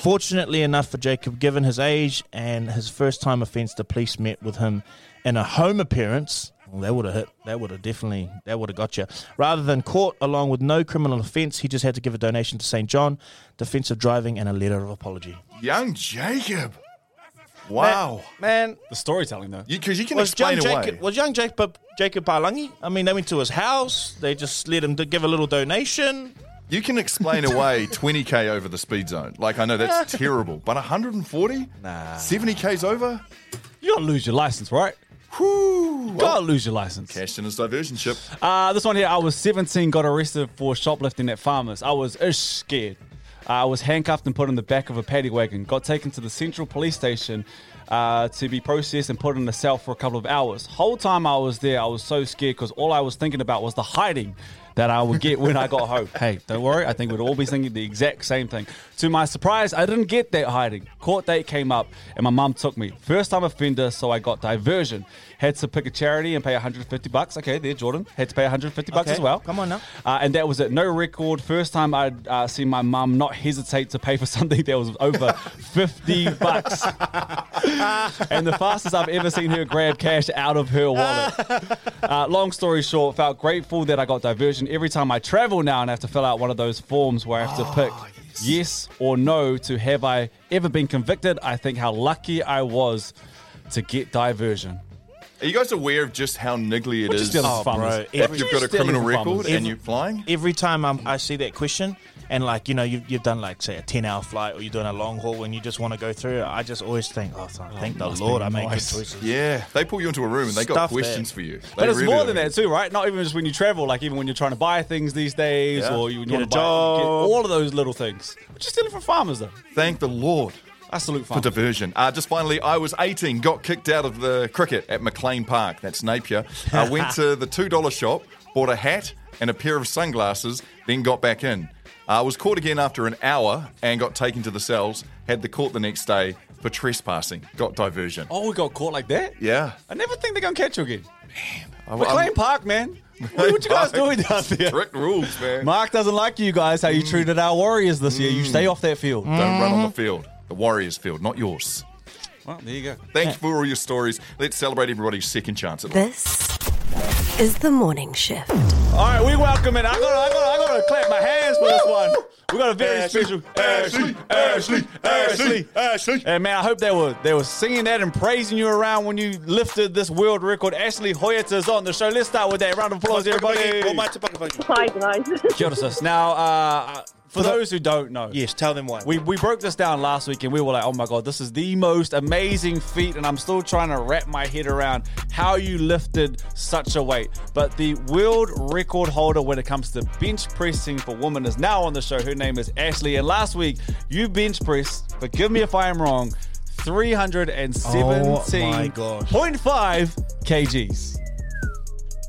Speaker 2: Fortunately enough for Jacob, given his age and his first time offence, the police met with him in a home appearance. Well, that would have hit. That would have definitely. That would have got you. Rather than caught along with no criminal offence, he just had to give a donation to St John, defensive driving, and a letter of apology.
Speaker 3: Young Jacob. Wow.
Speaker 2: man.
Speaker 1: The storytelling though.
Speaker 3: Because you, can
Speaker 2: was
Speaker 3: explain
Speaker 2: young
Speaker 3: away.
Speaker 2: Jacob, Was young Jacob Jacob Palangi? I mean, they went to his house. They just let him d- give a little donation.
Speaker 3: You can explain away 20k over the speed zone. Like I know that's terrible, but 140, nah, 70k's over.
Speaker 1: You gotta lose your license, right?
Speaker 3: Whoo!
Speaker 1: gotta lose your license.
Speaker 3: Cashed in his diversion chip.
Speaker 1: Uh, this one here, I was 17, got arrested for shoplifting at Farmers. I was ish scared. Uh, I was handcuffed and put in the back of a paddy wagon. Got taken to the central police station uh, to be processed and put in a cell for a couple of hours. Whole time I was there, I was so scared because all I was thinking about was the hiding that I would get when I got home. Hey, don't worry, I think we'd all be thinking the exact same thing. To my surprise, I didn't get that hiding. Court date came up and my mum took me. First time offender, so I got diversion. Had to pick a charity and pay 150 bucks. Okay, there, Jordan. Had to pay 150 bucks
Speaker 2: Okay,
Speaker 1: as well.
Speaker 2: come on now.
Speaker 1: Uh, and that was it. No record. First time I'd uh, seen my mum not hesitate to pay for something that was over 50 bucks. and the fastest I've ever seen her grab cash out of her wallet. Uh, long story short, felt grateful that I got diversion. Every time I travel now and have to fill out one of those forms where I have to pick yes. or no to have I ever been convicted, I think how lucky I was to get diversion.
Speaker 3: Are you guys aware of just how niggly it
Speaker 1: We're just
Speaker 3: is?
Speaker 1: dealing with Oh, farmers. bro,
Speaker 3: If you've got a
Speaker 1: everything's
Speaker 3: criminal
Speaker 1: dealing with
Speaker 3: record
Speaker 1: farmers.
Speaker 3: and you're flying,
Speaker 2: Every time I'm, I see that question, and like you know, you've, you've done like say a ten hour flight, or you're doing a long haul, and you just want to go through. it, I just always think, oh, thank the
Speaker 3: must
Speaker 2: Lord,
Speaker 3: be
Speaker 2: I make good
Speaker 3: nice.
Speaker 2: choices.
Speaker 3: Yeah, they pull you into a room and they got
Speaker 2: Stuff
Speaker 3: questions
Speaker 2: that.
Speaker 3: for you.
Speaker 1: But
Speaker 3: They
Speaker 1: it's
Speaker 3: really
Speaker 1: more
Speaker 3: do.
Speaker 1: than that too, right? Not even just when you travel, like even when you're trying to buy things these days,
Speaker 3: Yeah.
Speaker 1: or you,
Speaker 3: Get
Speaker 1: want
Speaker 3: a
Speaker 1: to buy get
Speaker 3: job.
Speaker 1: all of those little things. We're just dealing for farmers though.
Speaker 3: Thank the Lord.
Speaker 1: I salute
Speaker 3: For
Speaker 1: farmers.
Speaker 3: diversion. Uh, just finally, I was 18, got kicked out of the cricket at McLean Park, that's Napier. I went to the $2 shop, bought a hat and a pair of sunglasses, then got back in. I was caught again after an hour and got taken to the cells, had the court the next day for trespassing, got diversion.
Speaker 1: Oh, we got caught like that?
Speaker 3: Yeah.
Speaker 1: I never think they're gonna catch you again.
Speaker 3: I-
Speaker 1: McLean
Speaker 3: I'm-
Speaker 1: Park, man. What, what you guys doing down there?
Speaker 3: Strict rules, man.
Speaker 1: Mark doesn't like you guys, how you treated our Warriors this year. You stay off that field. Mm.
Speaker 3: Don't run
Speaker 1: Mm-hmm.
Speaker 3: on the field. The Warriors' field, not yours.
Speaker 1: Well, there you go.
Speaker 3: Thank you for all your stories. Let's celebrate everybody's second chance at life.
Speaker 8: This is the morning shift.
Speaker 1: All right, we welcome it. I gotta, I gotta, I gotta clap my hands for this one. We got a very special Ashley, Ashley, Ashley, Ashley. And man, I hope they were they were singing that and praising you around when you lifted this world record. Ashley Hoyt is on the show. Let's start with that round of applause, everybody.
Speaker 14: Hi guys.
Speaker 1: Kia ora, sis. Now, uh, for those who don't know, yes, tell them why. We, we broke this down last week and we were like, oh my god, this is the most amazing feat, and I'm still trying to wrap my head around how you lifted such a weight. But the world record holder when it comes to bench pressing for women is now on the show. Her name is Ashley, and last week you bench pressed. Forgive me if I am wrong. Oh 317.5
Speaker 2: gosh.
Speaker 1: kgs.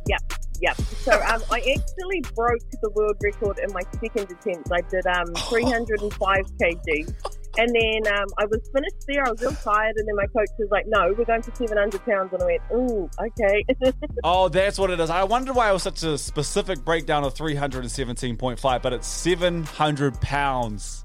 Speaker 14: Yep, yep. So um, I actually broke the world record in my second attempt. I did um, 305 kg. And then um, I was finished there. I was real tired. And then my coach was like, no, we're going for 700 pounds. And I went, ooh, okay.
Speaker 1: Oh, that's what it is. I wonder why it was such a specific breakdown of 317.5, but it's 700 pounds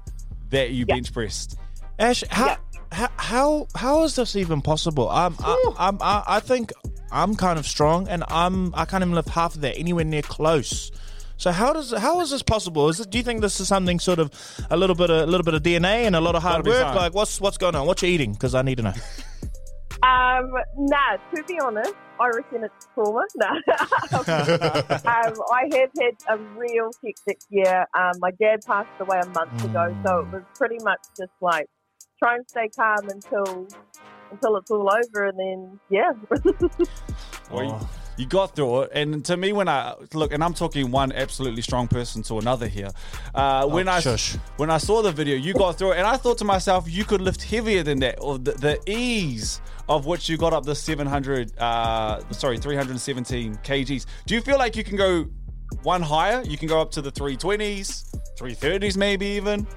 Speaker 1: that you bench pressed.
Speaker 2: Ash, how, how how how is this even possible? Um, I, I'm, I I think I'm kind of strong, and I'm I can't even lift half of that anywhere near close. So how does how is this possible? Is it, do you think this is something sort of a little bit of, a little bit of DNA and a lot of hard
Speaker 14: Gotta be
Speaker 2: work?
Speaker 14: something.
Speaker 2: Like what's what's going on? What you eating? Because I need to know.
Speaker 14: Um, nah, to be honest, I reckon it's trauma. Nah. um, I have had a real hectic year. Um, my dad passed away a month ago, so it was pretty much just like try and stay calm until until it's all over, and then yeah.
Speaker 1: Well,
Speaker 2: Oh.
Speaker 1: you, you got through it. And to me, when I look, and I'm talking one absolutely strong person to another here. Uh, when I
Speaker 2: Oh, shush.
Speaker 1: when I saw the video, you got through it, and I thought to myself, you could lift heavier than that, or the, the ease of which you got up the 700, uh, sorry, 317 kgs. Do you feel like you can go one higher? You can go up to the 320s, 330s, maybe even.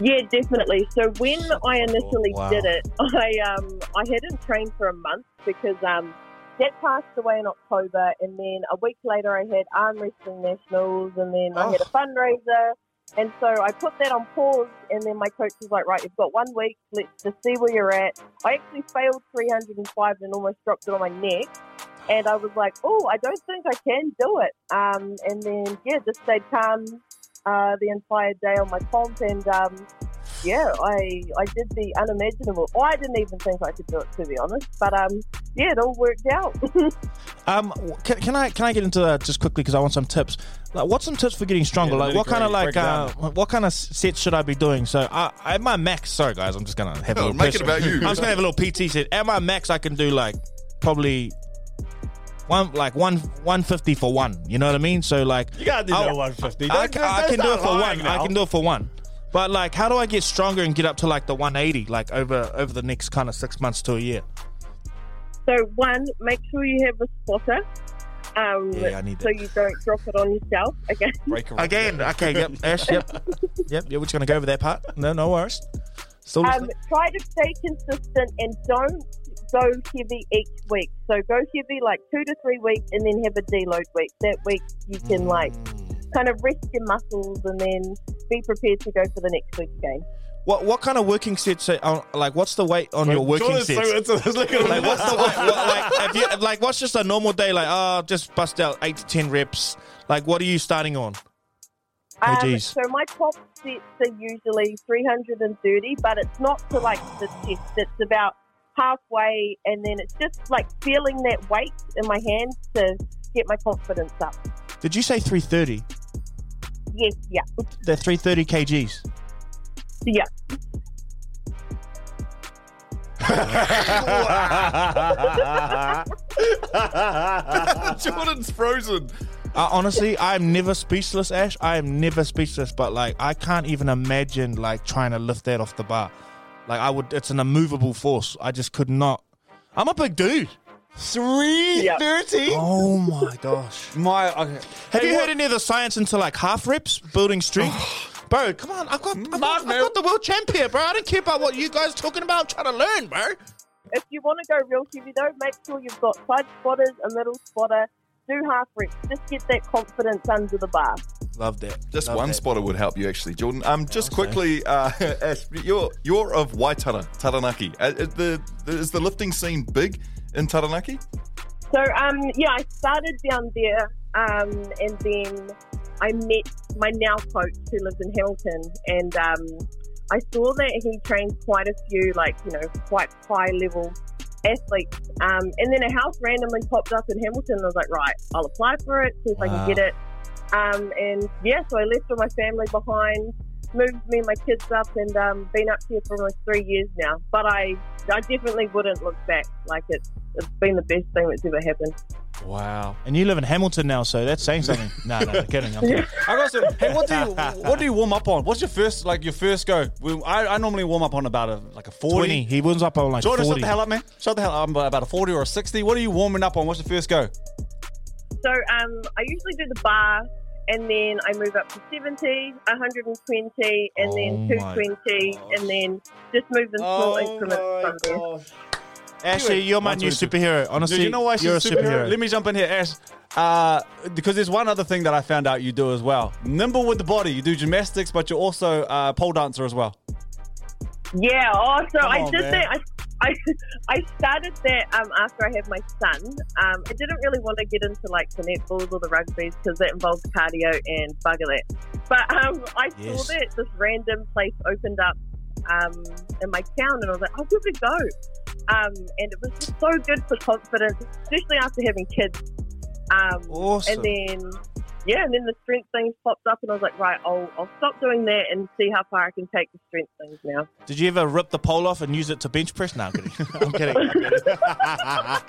Speaker 14: Yeah, definitely. So when I initially
Speaker 1: Wow.
Speaker 14: did it, I um I hadn't trained for a month because um Dad passed away in October, and then a week later I had arm wrestling nationals, and then I had a fundraiser, and so I put that on pause, and then my coach was like, "Right, you've got one week. Let's just see where you're at." I actually failed 305 and almost dropped it on my neck, and I was like, "Oh, I don't think I can do it." Um, and then yeah, just stayed calm uh, the entire day on my comp, and um, yeah, I I did the unimaginable. I didn't even think I could do it to be honest, but um, yeah, it all worked out.
Speaker 2: Um, can, can I can I get into that just quickly because I want some tips? Like, what's some tips for getting stronger?
Speaker 1: Yeah,
Speaker 2: like, what kind of
Speaker 1: nitty-gritty,
Speaker 2: like uh,
Speaker 1: break
Speaker 2: what kind of sets should I be doing? So, I, I, at my max, sorry guys, I'm just gonna have a
Speaker 3: No,
Speaker 2: little
Speaker 3: make
Speaker 2: pressure.
Speaker 3: it about you.
Speaker 2: I'm just gonna have a little PT set. At my max, I can do like probably one like one one fifty for one. You know what I mean? So like,
Speaker 1: You gotta do
Speaker 2: I'll-
Speaker 1: that 150.
Speaker 2: I,
Speaker 1: Don't-
Speaker 2: ca-
Speaker 1: don't
Speaker 2: I can do
Speaker 1: start
Speaker 2: it for one.
Speaker 1: lying now.
Speaker 2: I can do it for one. But like, how do I get stronger and get up to like the 180, like over over the next kind of six months to a year?
Speaker 14: So one, make sure you have a spotter. Um,
Speaker 2: Yeah, I need
Speaker 14: so you don't drop it on yourself. Okay.
Speaker 2: Again, okay, yep, Ash, yep, yep, yeah, we're just gonna go over that part. No, no worries. Still
Speaker 14: Um, try to stay consistent and don't go heavy each week. So go heavy like two to three weeks and then have a deload week. That week you can like
Speaker 2: Mm.
Speaker 14: kind of rest your muscles and then be prepared to go for the next week again.
Speaker 2: what what kind of working sets? Are, uh, like, what's the weight on your working
Speaker 12: Jordan's
Speaker 2: sets?
Speaker 12: so into this. Look at him.
Speaker 2: like, what's the weight? What, like, if you, like, what's just a normal day? Like, oh, just bust out eight to ten reps. Like, what are you starting on? Oh,
Speaker 14: Um,
Speaker 2: geez.
Speaker 14: so my top sets are usually 330, but it's not to like the chest. It's about halfway, and then it's just like feeling that weight in my hands to get my confidence up.
Speaker 2: Did you say three thirty?
Speaker 14: Yes, yeah,
Speaker 2: They're three thirty kgs.
Speaker 14: yeah.
Speaker 3: Jordan's frozen.
Speaker 2: I, honestly, I'm never speechless, Ash. I am never speechless, but like I can't even imagine like trying to lift that off the bar. Like I would, it's an immovable force. I just could not. I'm a big dude.
Speaker 1: Three thirty.
Speaker 2: Oh my gosh.
Speaker 1: My. Okay.
Speaker 2: Have
Speaker 1: Hey,
Speaker 2: you
Speaker 1: what- Oh.
Speaker 2: heard any of the science into like half reps, building strength? bro, come on. I've got, I've, got, I've got the world champ here, bro. I don't care about what you guys are talking about. I'm trying to learn, bro.
Speaker 14: If you want to go real heavy though, make sure you've got side spotters, a middle spotter, do half reps. Just get that confidence under the bar.
Speaker 2: Love that.
Speaker 3: Just
Speaker 2: Love
Speaker 3: one
Speaker 2: that.
Speaker 3: spotter would help you, actually, Jordan. Um, just quickly, uh, Ash, you're you're of Waitara, Taranaki. Uh, is the is the lifting scene big in Taranaki?
Speaker 14: So um, yeah, I started down there, um, and then I met my now coach who lives in Hamilton, and um, I saw that he trained quite a few, like you know, quite high level athletes. Um, and then a house randomly popped up in Hamilton. and I was like, right, I'll apply for it, see if I
Speaker 15: Wow.
Speaker 14: can get it. Um, and yeah, so I left all my family behind, moved me and my kids up, and um, been up here for almost three years now. But I, I definitely wouldn't look back. Like it's, it's been the best thing that's ever happened.
Speaker 2: Wow. And you live in Hamilton now, so that's saying something. no, no, kidding. I'm kidding.
Speaker 1: I got to. Hey, what do you what do you warm up on? What's your first like your first go? We- I, I normally warm up on about a like a forty.
Speaker 2: 20. He wins up on like
Speaker 1: Jordan,
Speaker 2: 40.
Speaker 1: shut the hell up, man. Shut the hell up. I'm about a forty or a sixty. What are you warming up on? What's your first go?
Speaker 14: So um, I usually do the bar, and then I move up to 70, 120, and
Speaker 1: Oh
Speaker 14: then
Speaker 1: my
Speaker 14: 220, and then just move in small increments from there.
Speaker 2: Ashley, you're my
Speaker 1: Once
Speaker 2: new
Speaker 1: we do-
Speaker 2: superhero. Honestly,
Speaker 1: you know why she's
Speaker 2: you're a superhero.
Speaker 1: Let me jump in here, Ash. Uh, because there's one other thing that I found out you do as well. Nimble with the body. You do gymnastics, but you're also uh, pole dancer as well.
Speaker 14: Yeah. Oh, so
Speaker 1: Come
Speaker 14: I
Speaker 1: on,
Speaker 14: did
Speaker 1: man.
Speaker 14: that. I, I, I started that um, after I had my son. Um, I didn't really want to get into like the netballs or the rugbies because that involves cardio and bugger that. But um, I
Speaker 16: Yes.
Speaker 14: saw that this random place opened up um, in my town, and I was like, I'll give it a go. Um, and it was just so good for confidence, especially after having kids. Um,
Speaker 16: Awesome.
Speaker 14: And then, yeah, and then the strength things popped up, and I was like, right, I'll, I'll stop doing that and see how far I can take the strength things now.
Speaker 2: Did you ever rip the pole off and use it to bench press? No, I'm kidding. I'm kidding. I'm kidding.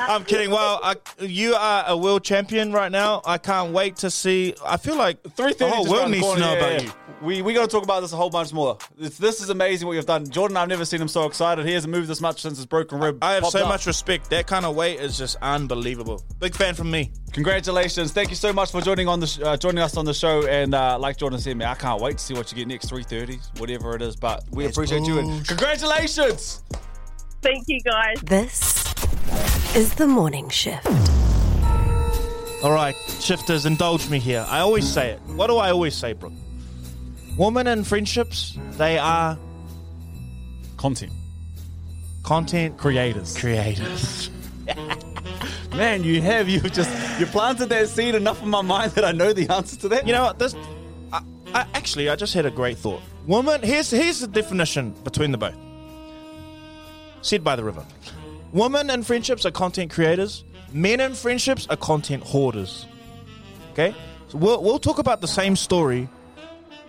Speaker 2: I'm kidding. Wow, I, you are a world champion right now. I can't wait to see. I feel like the
Speaker 1: 3:30
Speaker 2: whole
Speaker 1: just
Speaker 2: world
Speaker 1: around the
Speaker 2: needs to
Speaker 1: corner.
Speaker 2: know
Speaker 1: Yeah,
Speaker 2: about
Speaker 1: yeah,
Speaker 2: you.
Speaker 1: yeah. We we got to talk about this a whole bunch more. This, this is amazing what you've done, Jordan. I've never seen him so excited. He hasn't moved this much since his broken rib.
Speaker 2: I have
Speaker 1: popped
Speaker 2: so
Speaker 1: up.
Speaker 2: much respect. That kind of weight is just unbelievable. Big fan from me.
Speaker 1: Congratulations! Thank you so much for joining on the sh- uh, joining us on the show. And uh, like Jordan said, man, I can't wait to see what you get next three thirty, whatever it is. But we appreciate you and congratulations.
Speaker 14: Thank you, guys.
Speaker 8: This is the morning shift.
Speaker 2: All right, shifters, indulge me here. I always say it. What do I always say, Brooke? Women and friendships, they are
Speaker 1: content.
Speaker 2: Content
Speaker 1: creators.
Speaker 2: Creators.
Speaker 1: Man, you have you just you planted that seed enough in my mind that I know the answer to that.
Speaker 2: You know what? This, I, I actually, I just had a great thought. Woman, here's here's the definition between the both. Said by the river. Women in friendships are content creators. Men in friendships are content hoarders. Okay, so we'll we'll talk about the same story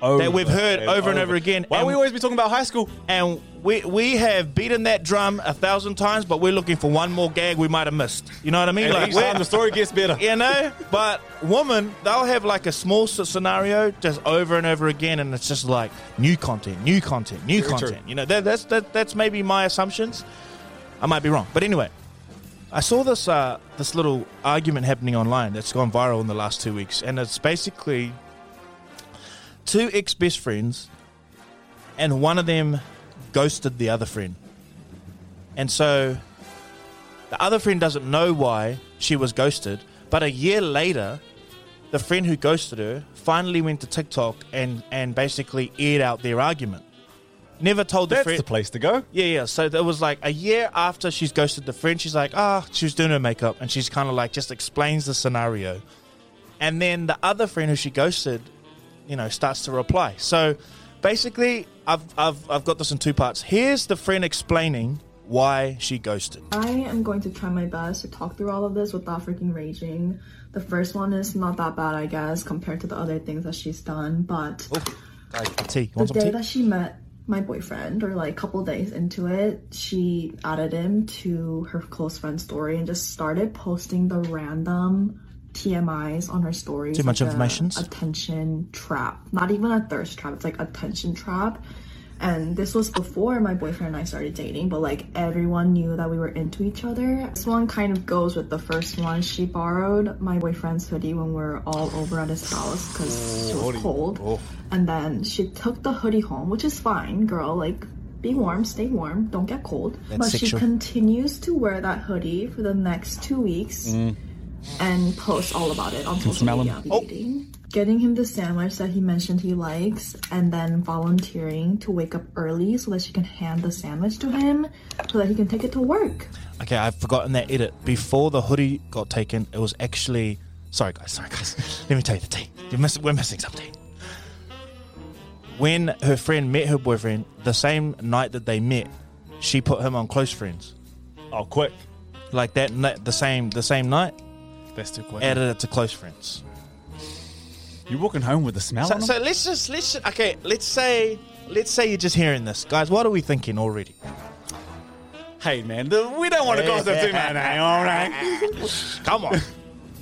Speaker 2: that we've heard
Speaker 1: and
Speaker 2: over, and
Speaker 1: over.
Speaker 2: over again.
Speaker 1: Why
Speaker 2: and
Speaker 1: we always be talking about high school?
Speaker 2: And we we have beaten that drum a thousand times, but we're looking for one more gag we might have missed. You know what I mean?
Speaker 1: And each
Speaker 2: we're-
Speaker 1: time the story gets better.
Speaker 2: you know, but women, they'll have like a small s- scenario just over and over again, and it's just like new content, new content, new
Speaker 1: Very true.
Speaker 2: content. You know, that, that's that, that's maybe my assumptions. I might be wrong, but anyway, I saw this uh, this little argument happening online that's gone viral in the last two weeks, and it's basically two ex best friends, and one of them ghosted the other friend, and so the other friend doesn't know why she was ghosted, but a year later, the friend who ghosted her finally went to TikTok and, and basically aired out their argument. Never told the
Speaker 1: That's
Speaker 2: friend.
Speaker 1: the place to go.
Speaker 2: Yeah, yeah. So it was like a year after she's ghosted the friend, she's like, ah, she was doing her makeup, and she's kind of like just explains the scenario. And then the other friend who she ghosted, you know, starts to reply. So basically, I've, I've, I've got this in two parts. Here's the friend explaining why she ghosted.
Speaker 17: I am going to try my best to talk through all of this without freaking raging. The first one is not that bad, I guess, compared to the other things that she's done. But
Speaker 2: Guys, tea. You
Speaker 17: the
Speaker 2: want some
Speaker 17: day
Speaker 2: tea?
Speaker 17: that she met my boyfriend, or like a couple days into it, she added him to her close friend story and just started posting the random TMIs on her stories.
Speaker 2: Too much
Speaker 17: like a
Speaker 2: information.
Speaker 17: Attention trap. Not even a thirst trap. It's like attention trap. And this was before my boyfriend and I started dating, but like everyone knew that we were into each other. This one kind of goes with the first one. She borrowed my boyfriend's hoodie when we were all over at his house because it was cold. And then she took the hoodie home, which is fine, girl. Like, be warm, stay warm, don't get cold.
Speaker 15: That's
Speaker 17: but
Speaker 15: sexual.
Speaker 17: she continues to wear that hoodie for the next two weeks and posts all about it on
Speaker 15: Can
Speaker 17: social
Speaker 15: smell 'em.
Speaker 17: media.
Speaker 1: Oh.
Speaker 17: Dating, Getting him the sandwich that he mentioned he likes, and then volunteering to wake up early so that she can hand the sandwich to him so that he can take it to work.
Speaker 2: Okay, I've forgotten that edit. Before the hoodie got taken, it was actually. Sorry, guys. Sorry, guys. Let me tell you the tea. You miss, we're missing something. When her friend met her boyfriend, the same night that they met, she put him on close friends.
Speaker 1: Oh, quick!
Speaker 2: Like that, ni- the same, the same night,
Speaker 15: That's too quick.
Speaker 2: added it to close friends.
Speaker 1: You're walking home with the smell.
Speaker 2: So, so let's just let's ju- okay. Let's say let's say you're just hearing this, guys. What are we thinking already?
Speaker 1: Hey man, the, we don't want to gossip too much. eh? All right,
Speaker 2: come on.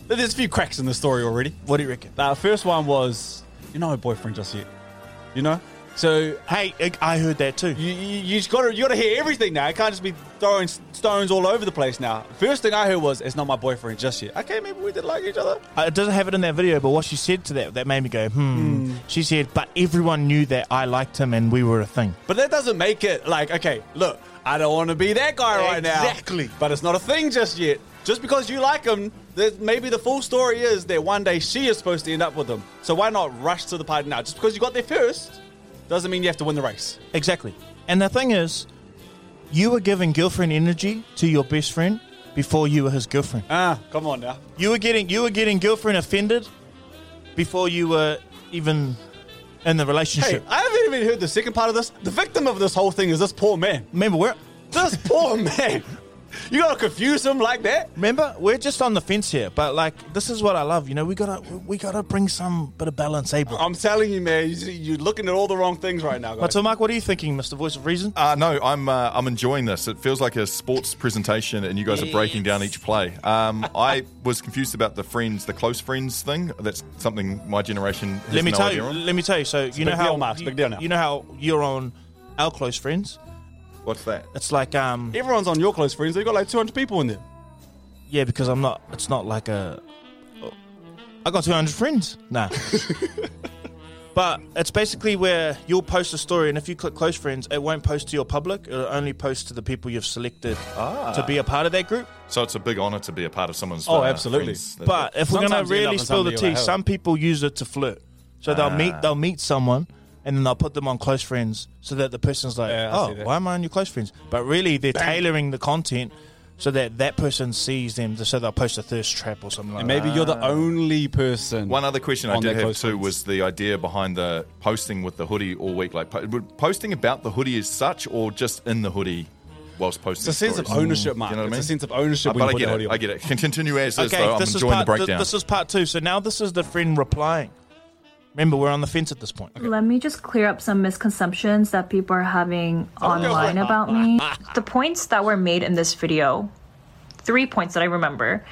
Speaker 1: There's a few cracks in the story already.
Speaker 2: What do you reckon?
Speaker 1: That first one was, you're not her boyfriend just yet. You know. So
Speaker 2: hey, I heard that too.
Speaker 1: You you, you got to you got to hear everything now. It can't just be throwing s- stones all over the place now. First thing I heard was, it's not my boyfriend just yet. Okay, maybe we did like each other.
Speaker 2: Uh, It doesn't have it in that video, but what she said to that that made me go, hmm. She said, but everyone knew that I liked him and we were a thing.
Speaker 1: But that doesn't make it like, okay, look, I don't want to be that guy right now.
Speaker 2: Exactly.
Speaker 1: But it's not a thing just yet. Just because you like him, there's- maybe the full story is that one day she is supposed to end up with him. So why not rush to the party now? Just because you got there first doesn't mean you have to win the race.
Speaker 2: Exactly. And the thing is, you were giving girlfriend energy to your best friend before you were his girlfriend.
Speaker 1: Ah, come on now.
Speaker 2: You were getting you were getting girlfriend offended before you were even in the
Speaker 1: Hey,
Speaker 2: relationship.
Speaker 1: I haven't even heard the second part of this. The victim of this whole thing is this poor man.
Speaker 2: Remember, we're
Speaker 1: this poor man. You gotta confuse him like that.
Speaker 2: Remember, we're just on the fence here, but like this is what I love. You know, we gotta we gotta bring some bit of balance, eh, bro?
Speaker 1: I'm telling you, man, you- you're looking at all the wrong things right now, guys.
Speaker 2: But so, Mark, what are you thinking, Mr. Voice of Reason?
Speaker 3: Uh, no, I'm uh, I'm enjoying this. It feels like a sports presentation, and you guys are breaking down each play. Um, I was confused about the friends, the close friends thing. That's something my generation. Has
Speaker 2: let me
Speaker 3: no
Speaker 2: tell
Speaker 3: idea
Speaker 2: you.
Speaker 3: on.
Speaker 2: Let me tell you. So you know
Speaker 3: big
Speaker 2: how
Speaker 3: deal, Mark, it's a
Speaker 2: you,
Speaker 3: big deal now.
Speaker 2: you know how you're on our close friends.
Speaker 3: What's that?
Speaker 2: It's like um
Speaker 1: Everyone's on your close friends. They've got like 200 people in there.
Speaker 2: yeah because I'm not. It's not like a. I got 200 friends. Nah. but it's basically where you'll post a story, and if you click close friends, it won't post to your public. It'll only post to the people you've selected to be a part of that group.
Speaker 3: So it's a big honor to be a part of someone's.
Speaker 2: Oh,
Speaker 3: uh,
Speaker 2: absolutely.
Speaker 3: friends. That's
Speaker 2: But
Speaker 3: it.
Speaker 2: if we're gonna really spill the tea, some people use it to flirt. So they'll
Speaker 3: Ah.
Speaker 2: meet they'll meet someone and then they'll put them on close friends so that the person's like,
Speaker 1: Yeah, I see
Speaker 2: oh,
Speaker 1: that.
Speaker 2: why am I on your close friends? But really, they're tailoring the content so that that person sees them. So they'll post a thirst trap or something like
Speaker 1: And
Speaker 2: that.
Speaker 1: maybe you're the only person.
Speaker 3: One other question I
Speaker 1: on
Speaker 3: did
Speaker 1: their
Speaker 3: have
Speaker 1: close
Speaker 3: too
Speaker 1: friends.
Speaker 3: was the idea behind the posting with the hoodie all week. Like, po- would posting about the hoodie as such, or just in the hoodie whilst posting?
Speaker 1: It's a sense of
Speaker 3: stories?
Speaker 1: ownership, Mark.
Speaker 3: You know what I
Speaker 1: It's
Speaker 3: mean?
Speaker 1: a sense of ownership
Speaker 3: Uh,
Speaker 1: when
Speaker 3: But
Speaker 1: you
Speaker 3: I
Speaker 1: put
Speaker 3: get
Speaker 1: the
Speaker 3: it.
Speaker 1: hoodie on.
Speaker 3: I get it. Can Continue as is,
Speaker 2: Okay,
Speaker 1: "Oh,
Speaker 3: though. I'm
Speaker 2: this is
Speaker 3: enjoying the
Speaker 2: part th-
Speaker 3: breakdown.
Speaker 2: this is part two. So now this is the friend replying. Remember, we're on the fence at this point.
Speaker 16: Let me just clear up some misconceptions that people are having online about me. The points that were made in this video, three points that I remember.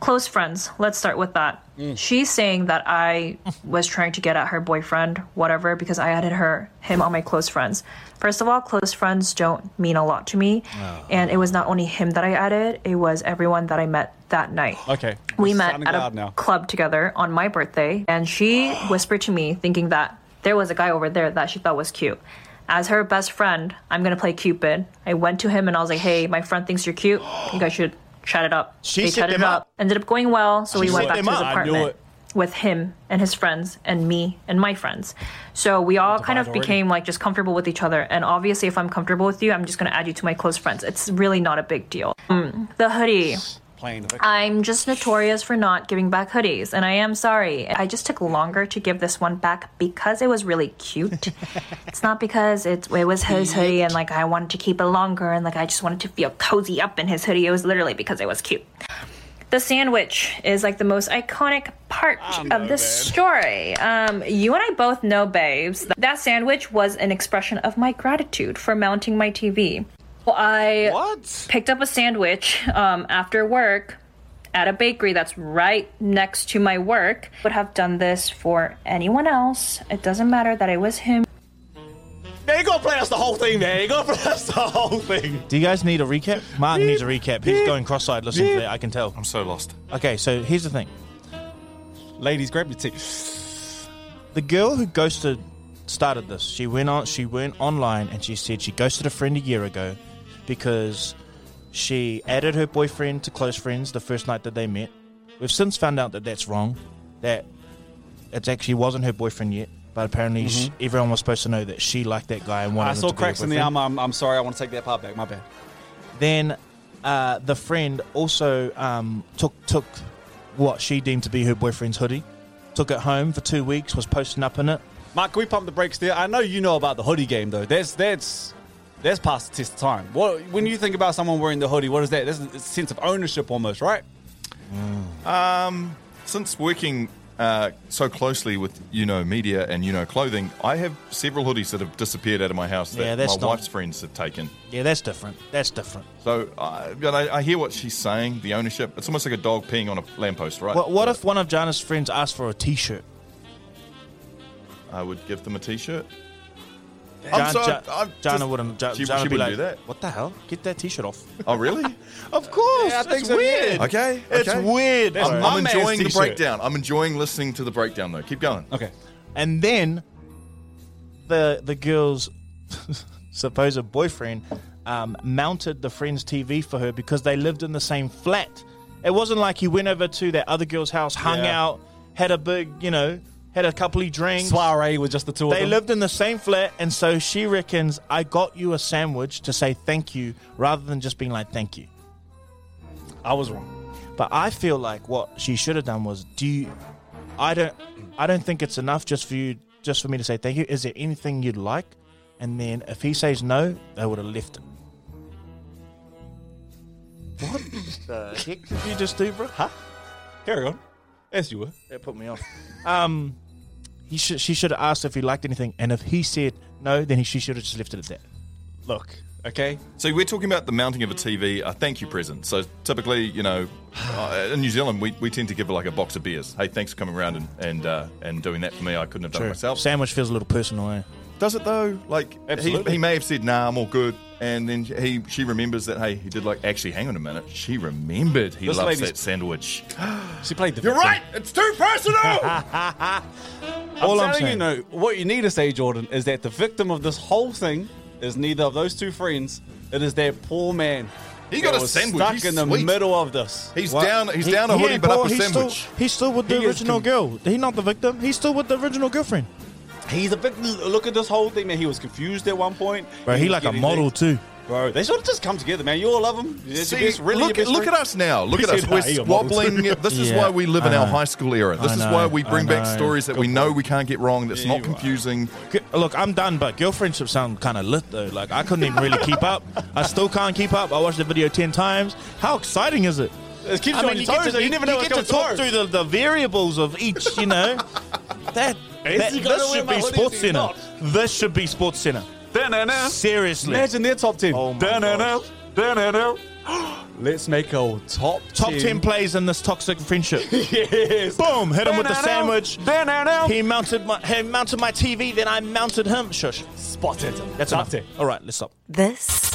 Speaker 16: Close friends, let's start with that. She's saying that I was trying to get at her boyfriend, whatever, because I added her him on my close friends. First of all, close friends don't mean a lot to me. And it was not only him that I added, it was everyone that I met that night.
Speaker 1: Okay.
Speaker 16: We
Speaker 1: It's
Speaker 16: met
Speaker 1: sounding
Speaker 16: at a
Speaker 1: loud now.
Speaker 16: club together on my birthday, and she whispered to me, thinking that there was a guy over there that she thought was cute. As her best friend, I'm gonna play Cupid. I went to him and I was like, "Hey, my friend thinks you're cute. You guys should chat it up."
Speaker 2: She
Speaker 16: they
Speaker 2: set
Speaker 16: chatted
Speaker 2: them
Speaker 16: it up.
Speaker 2: up.
Speaker 16: Ended up going well, so
Speaker 2: She
Speaker 16: we went
Speaker 2: set
Speaker 16: back to
Speaker 2: them
Speaker 16: his
Speaker 2: up. I knew
Speaker 16: apartment
Speaker 2: it.
Speaker 16: with him and his friends and me and my friends. So we all kind of
Speaker 18: already.
Speaker 16: became like just comfortable with each other. And obviously, if I'm comfortable with you, I'm just gonna add you to my close friends. It's really not a big deal. Mm, The hoodie.
Speaker 1: Playing the
Speaker 16: I'm just notorious for not giving back hoodies, and I am sorry. I just took longer to give this one back because it was really cute. it's not because it, it was his hoodie and like I wanted to keep it longer and like I just wanted to feel cozy up in his hoodie. It was literally because it was cute. The sandwich is like the most iconic part of this story. Um, you and I both know, babes, that, that sandwich was an expression of my gratitude for mounting my TV. Well, I picked up a sandwich um, after work at a bakery that's right next to my work. Would have done this for anyone else. It doesn't matter that it was him.
Speaker 1: They gotta play us the whole thing, man. They gotta play us the whole thing.
Speaker 2: Do you guys need a recap? Mark needs a recap. He's going cross-eyed listening to that. I can tell. I'm
Speaker 3: so lost.
Speaker 2: Okay, so here's the thing.
Speaker 1: Ladies, grab your tea.
Speaker 2: The girl who ghosted started this. She went on. She went online and she said she ghosted a friend a year ago because she added her boyfriend to close friends the first night that they met. We've since found out that that's wrong. That it actually wasn't her boyfriend yet, but apparently she, everyone was supposed to know that she liked that guy and wanted.
Speaker 1: Mm-hmm.
Speaker 2: him
Speaker 1: I saw
Speaker 2: to be her
Speaker 1: cracks in the
Speaker 2: boyfriend.
Speaker 1: armor. I'm, I'm sorry. I want to take that part back. My bad.
Speaker 2: Then uh, the friend also um, took took what she deemed to be her boyfriend's hoodie, took it home for two weeks, was posting up in it.
Speaker 1: Mark, can we pump the brakes there? I know you know about the hoodie game though. That's that's that's past the test of time. What when you think about someone wearing the hoodie, what is that? That's a sense of ownership almost, right?
Speaker 3: Um, since working uh, so closely with you know media and you know clothing, I have several hoodies that have disappeared out of my house that
Speaker 2: Yeah, that's
Speaker 3: my
Speaker 2: not-
Speaker 3: wife's friends have taken.
Speaker 2: Yeah, that's different. That's different.
Speaker 3: So, uh, but I, I hear what she's saying. The ownership. It's almost like a dog peeing on a lamppost, right?
Speaker 2: What, what if one of Jana's friends asked for a T-shirt?
Speaker 3: I would give them a T-shirt.
Speaker 2: Jan- Jan- Jana wouldn't. Ja-
Speaker 3: She,
Speaker 2: Jana
Speaker 3: she
Speaker 2: would be
Speaker 3: wouldn't
Speaker 2: like,
Speaker 3: do that.
Speaker 2: What the hell? Get that T-shirt off.
Speaker 3: Oh, really?
Speaker 2: Of course,
Speaker 1: Yeah, I think
Speaker 2: it's
Speaker 1: so, yeah.
Speaker 2: weird.
Speaker 3: Okay,
Speaker 2: it's
Speaker 3: okay.
Speaker 2: weird.
Speaker 3: I'm,
Speaker 2: bro.
Speaker 3: I'm enjoying the breakdown. I'm enjoying listening to the breakdown, though. Keep going.
Speaker 1: Okay.
Speaker 2: And then the the girl's supposed boyfriend um, mounted the friend's TV for her because they lived in the same flat. It wasn't like he went over to that other girl's house, hung
Speaker 1: Yeah.
Speaker 2: out, had a big, you know, had a couple of drinks.
Speaker 1: Soiree with just the two of
Speaker 2: They
Speaker 1: them.
Speaker 2: lived in the same flat, and so she reckons I got you a sandwich to say thank you rather than just being like thank you.
Speaker 1: I was wrong.
Speaker 2: But I feel like what she should have done was do you I don't I don't think it's enough just for you just for me to say thank you. Is there anything you'd like? And then if he says no, they would have left it. What the heck did you just do, bro? Huh?
Speaker 1: Carry on. As you were.
Speaker 2: That put me off. Um he should she should have asked if he liked anything and if he said no, then he, she should have just left it at that.
Speaker 1: Look, okay.
Speaker 3: So we're talking about the mounting of a TV, a thank you present. So typically, you know, uh, in New Zealand, we, we tend to give like a box of beers. Hey, thanks for coming around and and, uh, and doing that for me. I couldn't have done it
Speaker 2: True.
Speaker 3: myself.
Speaker 2: Sandwich feels a little personal, eh?
Speaker 3: Does it though? Like he,
Speaker 2: Absolutely.
Speaker 3: he may have said, "Nah, I'm all good," and then he she remembers that. Hey, he did like actually. Hang on a minute. She remembered he
Speaker 1: This
Speaker 3: loves
Speaker 1: lady's-
Speaker 3: that sandwich.
Speaker 1: She played the
Speaker 3: You're
Speaker 1: victim.
Speaker 3: right. It's too personal.
Speaker 1: I'm
Speaker 2: All I'm saying-
Speaker 1: telling you, no. What you need to say, Jordan, is that the victim of this whole thing is neither of those two friends. It is that poor man.
Speaker 3: He
Speaker 1: that
Speaker 3: got a
Speaker 1: was
Speaker 3: sandwich.
Speaker 1: Stuck
Speaker 3: He's
Speaker 1: in the
Speaker 3: sweet.
Speaker 1: middle of this.
Speaker 3: He's
Speaker 1: What?
Speaker 3: down. He's down a
Speaker 2: He
Speaker 3: hoodie,
Speaker 2: ain't
Speaker 3: but up
Speaker 2: Paul,
Speaker 3: a
Speaker 2: he's
Speaker 3: sandwich.
Speaker 2: Still, he's still with the
Speaker 1: He is
Speaker 2: original
Speaker 1: com-
Speaker 2: girl. He not the victim. He's still with the original girlfriend.
Speaker 1: He's a big. Look at this whole thing, man. He was confused at one point.
Speaker 2: Bro, he
Speaker 1: was
Speaker 2: like a
Speaker 1: getting
Speaker 2: model
Speaker 1: licked.
Speaker 2: too.
Speaker 1: Bro, they should have just come together, man. You all love him. It's
Speaker 3: See,
Speaker 1: your best, really
Speaker 3: look,
Speaker 1: your best
Speaker 3: look at
Speaker 1: friend.
Speaker 3: us now. Look
Speaker 1: He
Speaker 3: at us.
Speaker 1: said,
Speaker 3: We're
Speaker 1: "Hey, I'm old."
Speaker 3: swabbling. this is
Speaker 2: Yeah,
Speaker 3: why we live in
Speaker 2: I
Speaker 3: our
Speaker 2: know.
Speaker 3: high school era. This
Speaker 2: I
Speaker 3: is
Speaker 2: know,
Speaker 3: why we
Speaker 2: I
Speaker 3: bring back
Speaker 2: know.
Speaker 3: stories that we know we can't get wrong. That's not confusing.
Speaker 2: G- Look, I'm done, but girlfriendships sound kind of lit though. Like I couldn't even really keep up. I still can't keep up. I watched the video ten times. How exciting is it?
Speaker 1: It keeps
Speaker 2: I
Speaker 1: you on your
Speaker 2: get
Speaker 1: toes,
Speaker 2: to-
Speaker 1: though. You never know what's
Speaker 2: get to
Speaker 1: coming
Speaker 2: talk
Speaker 1: tomorrow.
Speaker 2: through the, the variables of each. You know, that,
Speaker 1: Is
Speaker 2: that
Speaker 1: he gonna
Speaker 2: this
Speaker 1: wear
Speaker 2: should
Speaker 1: my
Speaker 2: be
Speaker 1: hoodie? Is
Speaker 2: Sports
Speaker 1: he
Speaker 2: Center.
Speaker 1: not?
Speaker 2: This should be Sports Center.
Speaker 1: Da-na-na.
Speaker 2: Seriously,
Speaker 1: Imagine their top ten.
Speaker 2: Oh my
Speaker 1: Da-na-na. Da-na-na. Let's make a top
Speaker 2: top ten plays in this toxic friendship.
Speaker 1: yes.
Speaker 2: Boom! Hit him with the sandwich.
Speaker 1: Da-na-na.
Speaker 2: He mounted my he mounted my TV, then I mounted him. Shush.
Speaker 1: Spotted.
Speaker 2: That's enough. All right, let's stop.
Speaker 8: This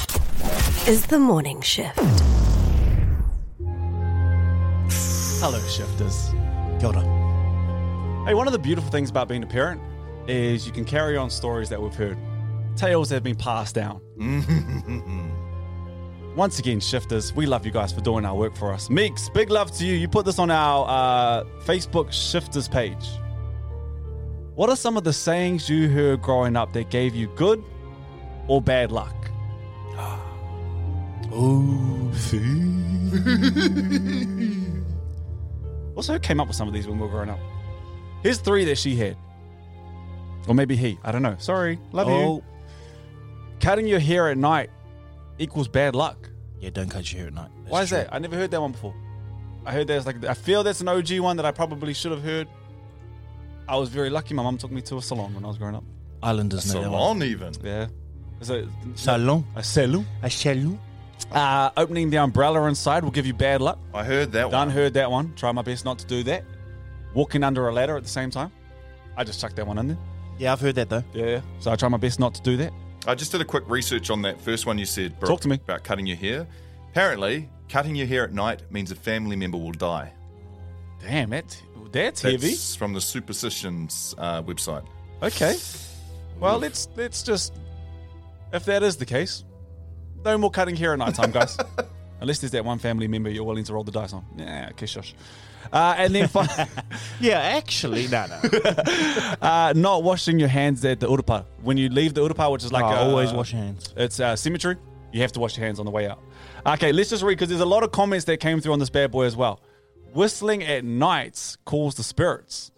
Speaker 8: is the morning shift.
Speaker 1: Hello, shifters.
Speaker 2: Kia ora.
Speaker 1: Hey, one of the beautiful things about being a parent is you can carry on stories that we've heard, tales that have been passed down. Once again, shifters, we love you guys for doing our work for us. Meeks, big love to you. You put this on our uh, Facebook shifters page. What are some of the sayings you heard growing up that gave you good or bad luck?
Speaker 2: Ah. Ooh.
Speaker 1: Also, who came up with some of these when we were growing up? Here's three that she had. Or maybe he. I don't know. Sorry. Love you.
Speaker 2: Oh.
Speaker 1: Cutting your hair at night equals bad luck.
Speaker 2: Yeah, don't cut your hair at night. That's
Speaker 1: Why is
Speaker 2: true.
Speaker 1: that? I never heard that one before. I heard that's like I feel that's an OG one that I probably should have heard. I was very lucky. My mum took me to a salon when I was growing up.
Speaker 2: Islanders know that one.
Speaker 3: Salon, even.
Speaker 1: Yeah, so
Speaker 2: Salon.
Speaker 1: a salon.
Speaker 2: A salon.
Speaker 1: Uh, opening the umbrella inside will give you bad luck.
Speaker 3: I heard that
Speaker 1: Done
Speaker 3: one.
Speaker 1: heard that one. Try my best not to do that. Walking under a ladder at the same time. I just chucked that one in there.
Speaker 2: Yeah, I've heard that though.
Speaker 1: Yeah. So I try my best not to do that.
Speaker 3: I just did a quick research on that first one you said. Brooke,
Speaker 1: Talk to me.
Speaker 3: about cutting your hair. Apparently, cutting your hair at night means a family member will die.
Speaker 1: Damn it. That's, heavy.
Speaker 3: That's from the superstitions uh, website.
Speaker 1: Okay. Well, let's let's just if that is the case, no more cutting hair at night time, guys. Unless there's that one family member you're willing to roll the dice on. Yeah, okay, shush. Uh, and then fi-
Speaker 2: yeah, actually, no, no.
Speaker 1: uh, not washing your hands at the urupa. When you leave the urupa, which is like uh,
Speaker 2: Oh,
Speaker 1: a,
Speaker 2: always wash your hands.
Speaker 1: It's a cemetery. You have to wash your hands on the way out. Okay, let's just read because there's a lot of comments that came through on this bad boy as well. Whistling at nights calls the spirits.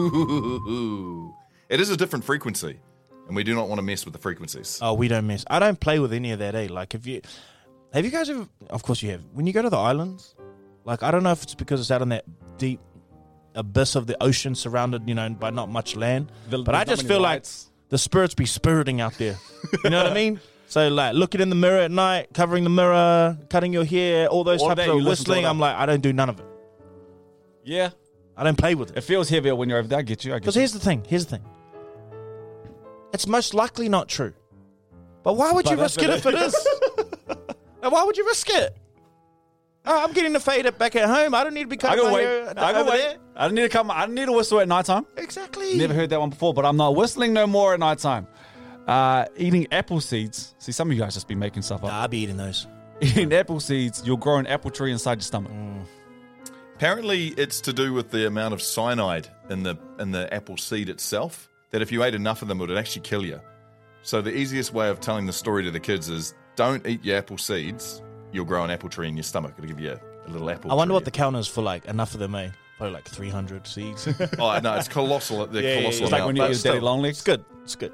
Speaker 3: Ooh. It is a different frequency, and we do not want to mess with the frequencies.
Speaker 2: Oh, we don't mess. I don't play with any of that, eh? Like, if you have you guys ever? Of course you have. When you go to the islands, like I don't know if it's because it's out on that deep abyss of the ocean, surrounded, you know, by not much land. but I
Speaker 1: there's not
Speaker 2: just
Speaker 1: many
Speaker 2: feel
Speaker 1: lights.
Speaker 2: like the spirits be spiriting out there. You know what I mean? So like looking in the mirror at night, covering the mirror, cutting your hair, all those
Speaker 1: All
Speaker 2: types
Speaker 1: that,
Speaker 2: of
Speaker 1: you listen to it
Speaker 2: whistling.
Speaker 1: all.
Speaker 2: I'm like, I don't do none of it.
Speaker 1: Yeah.
Speaker 2: I don't play with it.
Speaker 1: It feels heavier when you're over there. I get you. I get
Speaker 2: Because
Speaker 1: you.
Speaker 2: here's the thing. Here's the thing. It's most likely not true. But why would
Speaker 1: But
Speaker 2: you
Speaker 1: that's
Speaker 2: risk it
Speaker 1: what
Speaker 2: if it
Speaker 1: it
Speaker 2: is? And why would you risk it? Oh, I'm getting a fade up back at home. I don't need to be
Speaker 1: I
Speaker 2: cutting
Speaker 1: go
Speaker 2: my
Speaker 1: wait.
Speaker 2: hair
Speaker 1: I go
Speaker 2: over
Speaker 1: wait.
Speaker 2: there.
Speaker 1: I don't need to come. I don't need to whistle at nighttime.
Speaker 2: Exactly.
Speaker 1: Never heard that one before, but I'm not whistling no more at nighttime. Uh, eating apple seeds. See, some of you guys just be making stuff up.
Speaker 2: I'll be eating those.
Speaker 1: Eating apple seeds, you'll grow an apple tree inside your stomach.
Speaker 2: Mm.
Speaker 3: Apparently, it's to do with the amount of cyanide in the in the apple seed itself. That if you ate enough of them, it would actually kill you. So the easiest way of telling the story to the kids is: don't eat your apple seeds. You'll grow an apple tree in your stomach. It'll give you a, a little apple.
Speaker 2: I wonder what the count is for like enough of them, eh? Probably like 300 seeds.
Speaker 3: oh no, it's colossal. They're colossal.
Speaker 1: It's like
Speaker 3: amount,
Speaker 1: when you
Speaker 3: but
Speaker 1: eat your
Speaker 3: still.
Speaker 1: daddy long legs. It's
Speaker 2: good. It's good.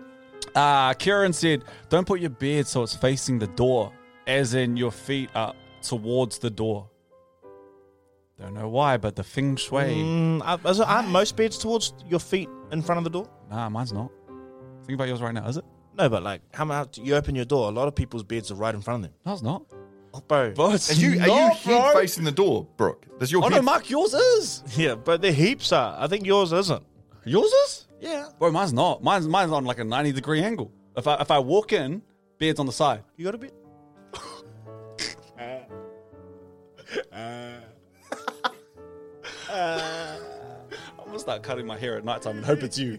Speaker 1: Uh, Kieran said, "Don't put your beard so it's facing the door, as in your feet are towards the door." Don't know why, but the feng shui.
Speaker 2: Mm, are- is it- aren't most beds towards your feet in front of the door?
Speaker 1: Nah, mine's not. Think about yours right now, is it?
Speaker 2: No, but like, how much you open your door? A lot of people's beds are right in front of them.
Speaker 1: No, it's not.
Speaker 2: Oh, bro.
Speaker 1: Bro, it's
Speaker 3: Are you are you
Speaker 1: not,
Speaker 3: head
Speaker 1: bro.
Speaker 3: facing the door, Brooke? Does your
Speaker 1: Oh no,
Speaker 3: head
Speaker 1: Mark, yours is.
Speaker 2: Yeah, but the heaps are. I think yours isn't.
Speaker 1: Yours is?
Speaker 2: Yeah.
Speaker 1: Bro, mine's not. Mine's mine's on like a ninety degree angle. If I if I walk in, beard's on the side.
Speaker 2: You got a bit?
Speaker 1: Uh.
Speaker 2: Uh.
Speaker 1: I'm gonna start cutting my hair at night time and hope it's you.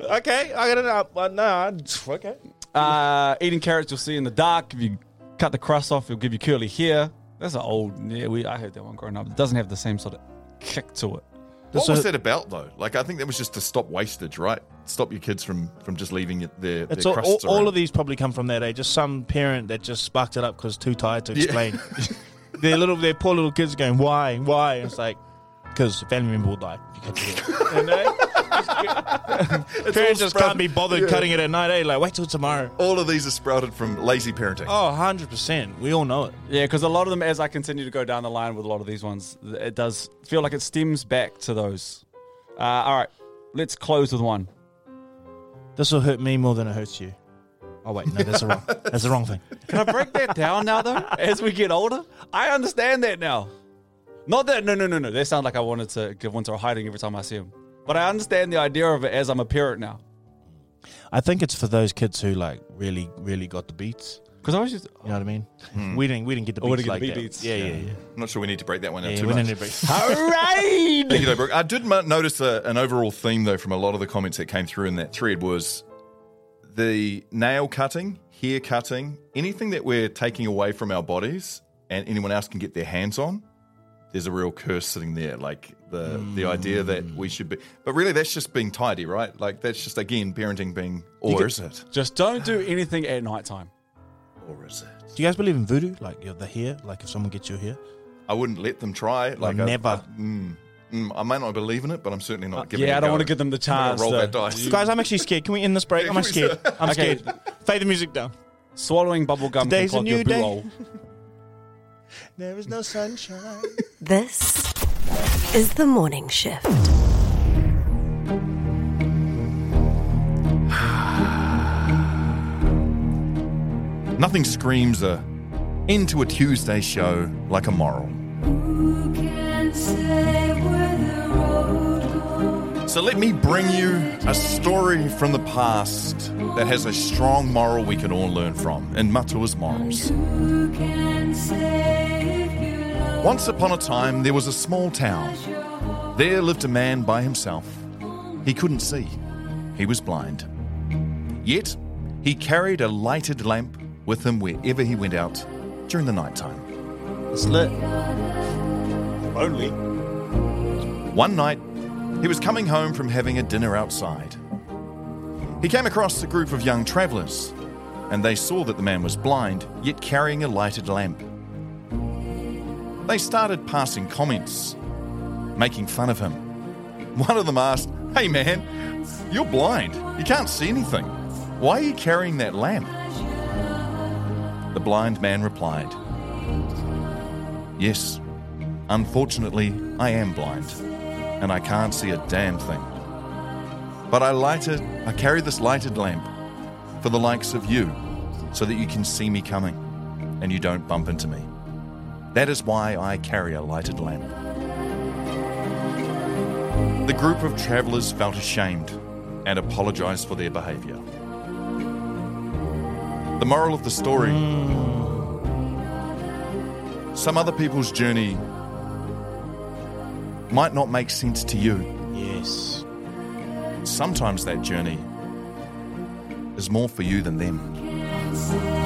Speaker 2: Okay, I got it up. Uh, no, I, okay.
Speaker 1: Uh, eating carrots, you'll see in the dark. If you cut the crust off, it'll give you curly hair. That's an old. Yeah, we I heard that one growing up. It doesn't have the same sort of kick to it.
Speaker 3: What was that about though? Like, I think that was just to stop wastage, right? Stop your kids from from just leaving it- their
Speaker 2: It's
Speaker 3: their
Speaker 2: all, all,
Speaker 3: crusts
Speaker 2: all
Speaker 3: around.
Speaker 2: of these probably come from that age. Just some parent that just sparked it up because too tired to explain. their little, their poor little kids are going, why, why? And it's like, because family member will die. If you cut your hair. You know? parents just can't be bothered
Speaker 3: yeah.
Speaker 2: cutting it at night. Eh? Like, wait till tomorrow.
Speaker 3: All of these are sprouted from lazy parenting.
Speaker 2: Oh, 100 percent. We all know it.
Speaker 1: Yeah, because a lot of them, as I continue to go down the line with a lot of these ones, th- it does feel like it stems back to those. Uh, all right, let's close with one.
Speaker 2: This will hurt me more than it hurts you. Oh wait, no, that's the wrong. That's the wrong thing.
Speaker 1: Can I break that down now, though? As we get older, I understand that now. Not that no, no, no, no. They sound like I wanted to give Winter a hiding every time I see him. But I understand the idea of it as I'm a parent now.
Speaker 2: I think it's for those kids who like really, really got the beats.
Speaker 1: Because I was just,
Speaker 2: you know what I mean. We didn't, we didn't get the
Speaker 1: Oh, we
Speaker 2: beats like
Speaker 1: didn't get the
Speaker 2: that.
Speaker 1: beats.
Speaker 2: Yeah, yeah, yeah.
Speaker 3: I'm not sure we need to break that one out
Speaker 2: Yeah,
Speaker 3: too
Speaker 2: we
Speaker 3: much.
Speaker 2: didn't break-
Speaker 1: All right.
Speaker 3: Thank you, though, Brooke. I did mo- notice a, an overall theme though from a lot of the comments that came through in that thread was the nail cutting, hair cutting, anything that we're taking away from our bodies and anyone else can get their hands on. There's a real curse sitting there, like the the idea that we should be, but really that's just being tidy, right? Like that's just again parenting being, or
Speaker 1: could-
Speaker 3: is it?
Speaker 1: Just don't do anything at nighttime.
Speaker 3: Or is it?
Speaker 2: Do you guys believe in voodoo? Like you're the hair. Like if someone gets your hair,
Speaker 3: I wouldn't let them try. Like I-
Speaker 2: never.
Speaker 3: I, mm, mm, I may not believe in it, but I'm certainly not giving.
Speaker 1: Uh, yeah,
Speaker 3: it
Speaker 1: I
Speaker 3: a
Speaker 1: don't
Speaker 3: go.
Speaker 1: wanna give them the
Speaker 3: I'm gonna
Speaker 1: chance,
Speaker 3: Roll that
Speaker 1: though.
Speaker 3: dice,
Speaker 2: guys. I'm actually scared. Can we end this break? I'm scared. I'm
Speaker 1: Okay.
Speaker 2: scared. Fade the music down.
Speaker 1: Swallowing bubble gum
Speaker 2: Today's a
Speaker 1: can clog
Speaker 2: new
Speaker 1: your
Speaker 2: day.
Speaker 1: blowhole.
Speaker 2: There is no sunshine.
Speaker 8: This is the morning shift.
Speaker 3: Nothing screams a into a Tuesday show like a moral. So let me bring you a story from the past that has a strong moral we can all learn from in Matua's Morals. Once upon a time, there was a small town There lived a man by himself. He couldn't see, he was blind. Yet, he carried a lighted lamp with him wherever he went out during the night time. It's lit. Only. One night, he was coming home from having a dinner outside. He came across a group of young travellers, and they saw that the man was blind, yet carrying a lighted lamp. They started passing comments, making fun of him. One of them asked, Hey man, you're blind. You can't see anything. Why are you carrying that lamp? The blind man replied, Yes, unfortunately, I am blind, and I can't see a damn thing. But I lighted, I carry this lighted lamp for the likes of you, so that you can see me coming, and you don't bump into me. That is why I carry a lighted lamp. The group of travellers felt ashamed and apologised for their behaviour. The moral of the story some other people's journey might not make sense to you. Yes. Sometimes that journey is more for you than them.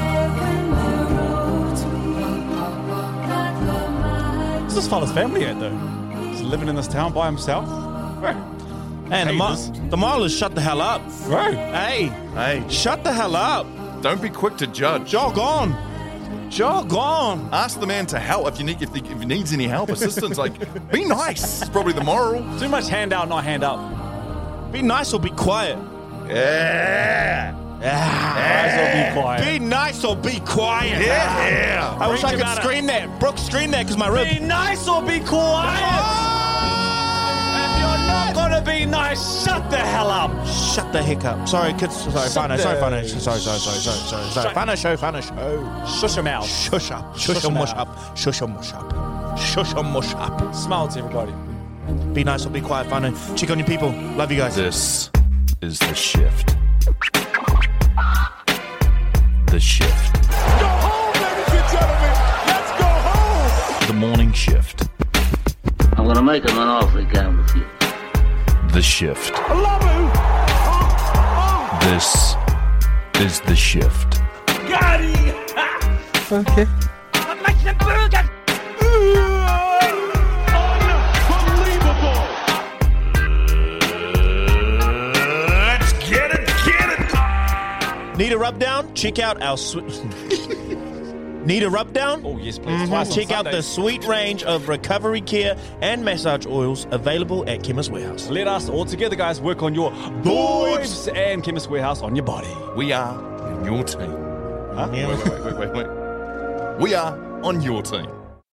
Speaker 1: What's this fella's family at though? He's living in this town by himself.
Speaker 2: And the, mi- the milers shut the hell up.
Speaker 1: Right.
Speaker 2: Hey. Hey. Shut the hell up.
Speaker 3: Don't be quick to judge.
Speaker 2: Jog on. Jog on.
Speaker 3: Ask the man to help if you need if, he- if he needs any help, assistance. like, be nice. It's probably the moral.
Speaker 1: Too much hand out, not hand up.
Speaker 2: Be nice or be quiet.
Speaker 3: Yeah.
Speaker 1: Nice or Ah, be quiet.
Speaker 2: Be nice or be quiet.
Speaker 1: Yeah.
Speaker 2: I wish
Speaker 1: Preach
Speaker 2: I could
Speaker 1: about it.
Speaker 2: scream that. Brooke, scream that because my rib.
Speaker 1: Be nice or be quiet. If you're not gonna be nice, shut the hell up.
Speaker 2: Shut the heck up. Sorry, kids. Sorry,
Speaker 1: Shut
Speaker 2: Fano.
Speaker 1: the-
Speaker 2: Sorry, Fano. Sorry, sorry, sorry, sorry, sorry, sorry.
Speaker 1: Shut-
Speaker 2: Fano show, Fano show.
Speaker 1: Shush him out.
Speaker 2: Shush up.
Speaker 1: Shush
Speaker 2: Shush
Speaker 1: 'em
Speaker 2: and mush
Speaker 1: out.
Speaker 2: up. Shush and mush up. Shush and mush up.
Speaker 1: Smile to everybody.
Speaker 2: Be nice or be quiet, Fano. Check on your people. Love you guys.
Speaker 3: This is the shift. The shift. The morning shift.
Speaker 15: I'm gonna make him an offer again with you.
Speaker 3: The shift. This is the shift.
Speaker 2: Okay.
Speaker 9: Let's get it, get it.
Speaker 2: Need a rub down? Check out our sweet. Need a rub down? Mhm.
Speaker 1: Oh yes, please. Twice on
Speaker 2: Check out the
Speaker 1: Sundays.
Speaker 2: sweet range of recovery care and massage oils available at Chemist Warehouse.
Speaker 1: Let us all together, guys, work on your boobs and Chemist Warehouse on your body.
Speaker 3: We are on your team. Huh? Wait, wait, wait, wait, wait, wait. We are on your team.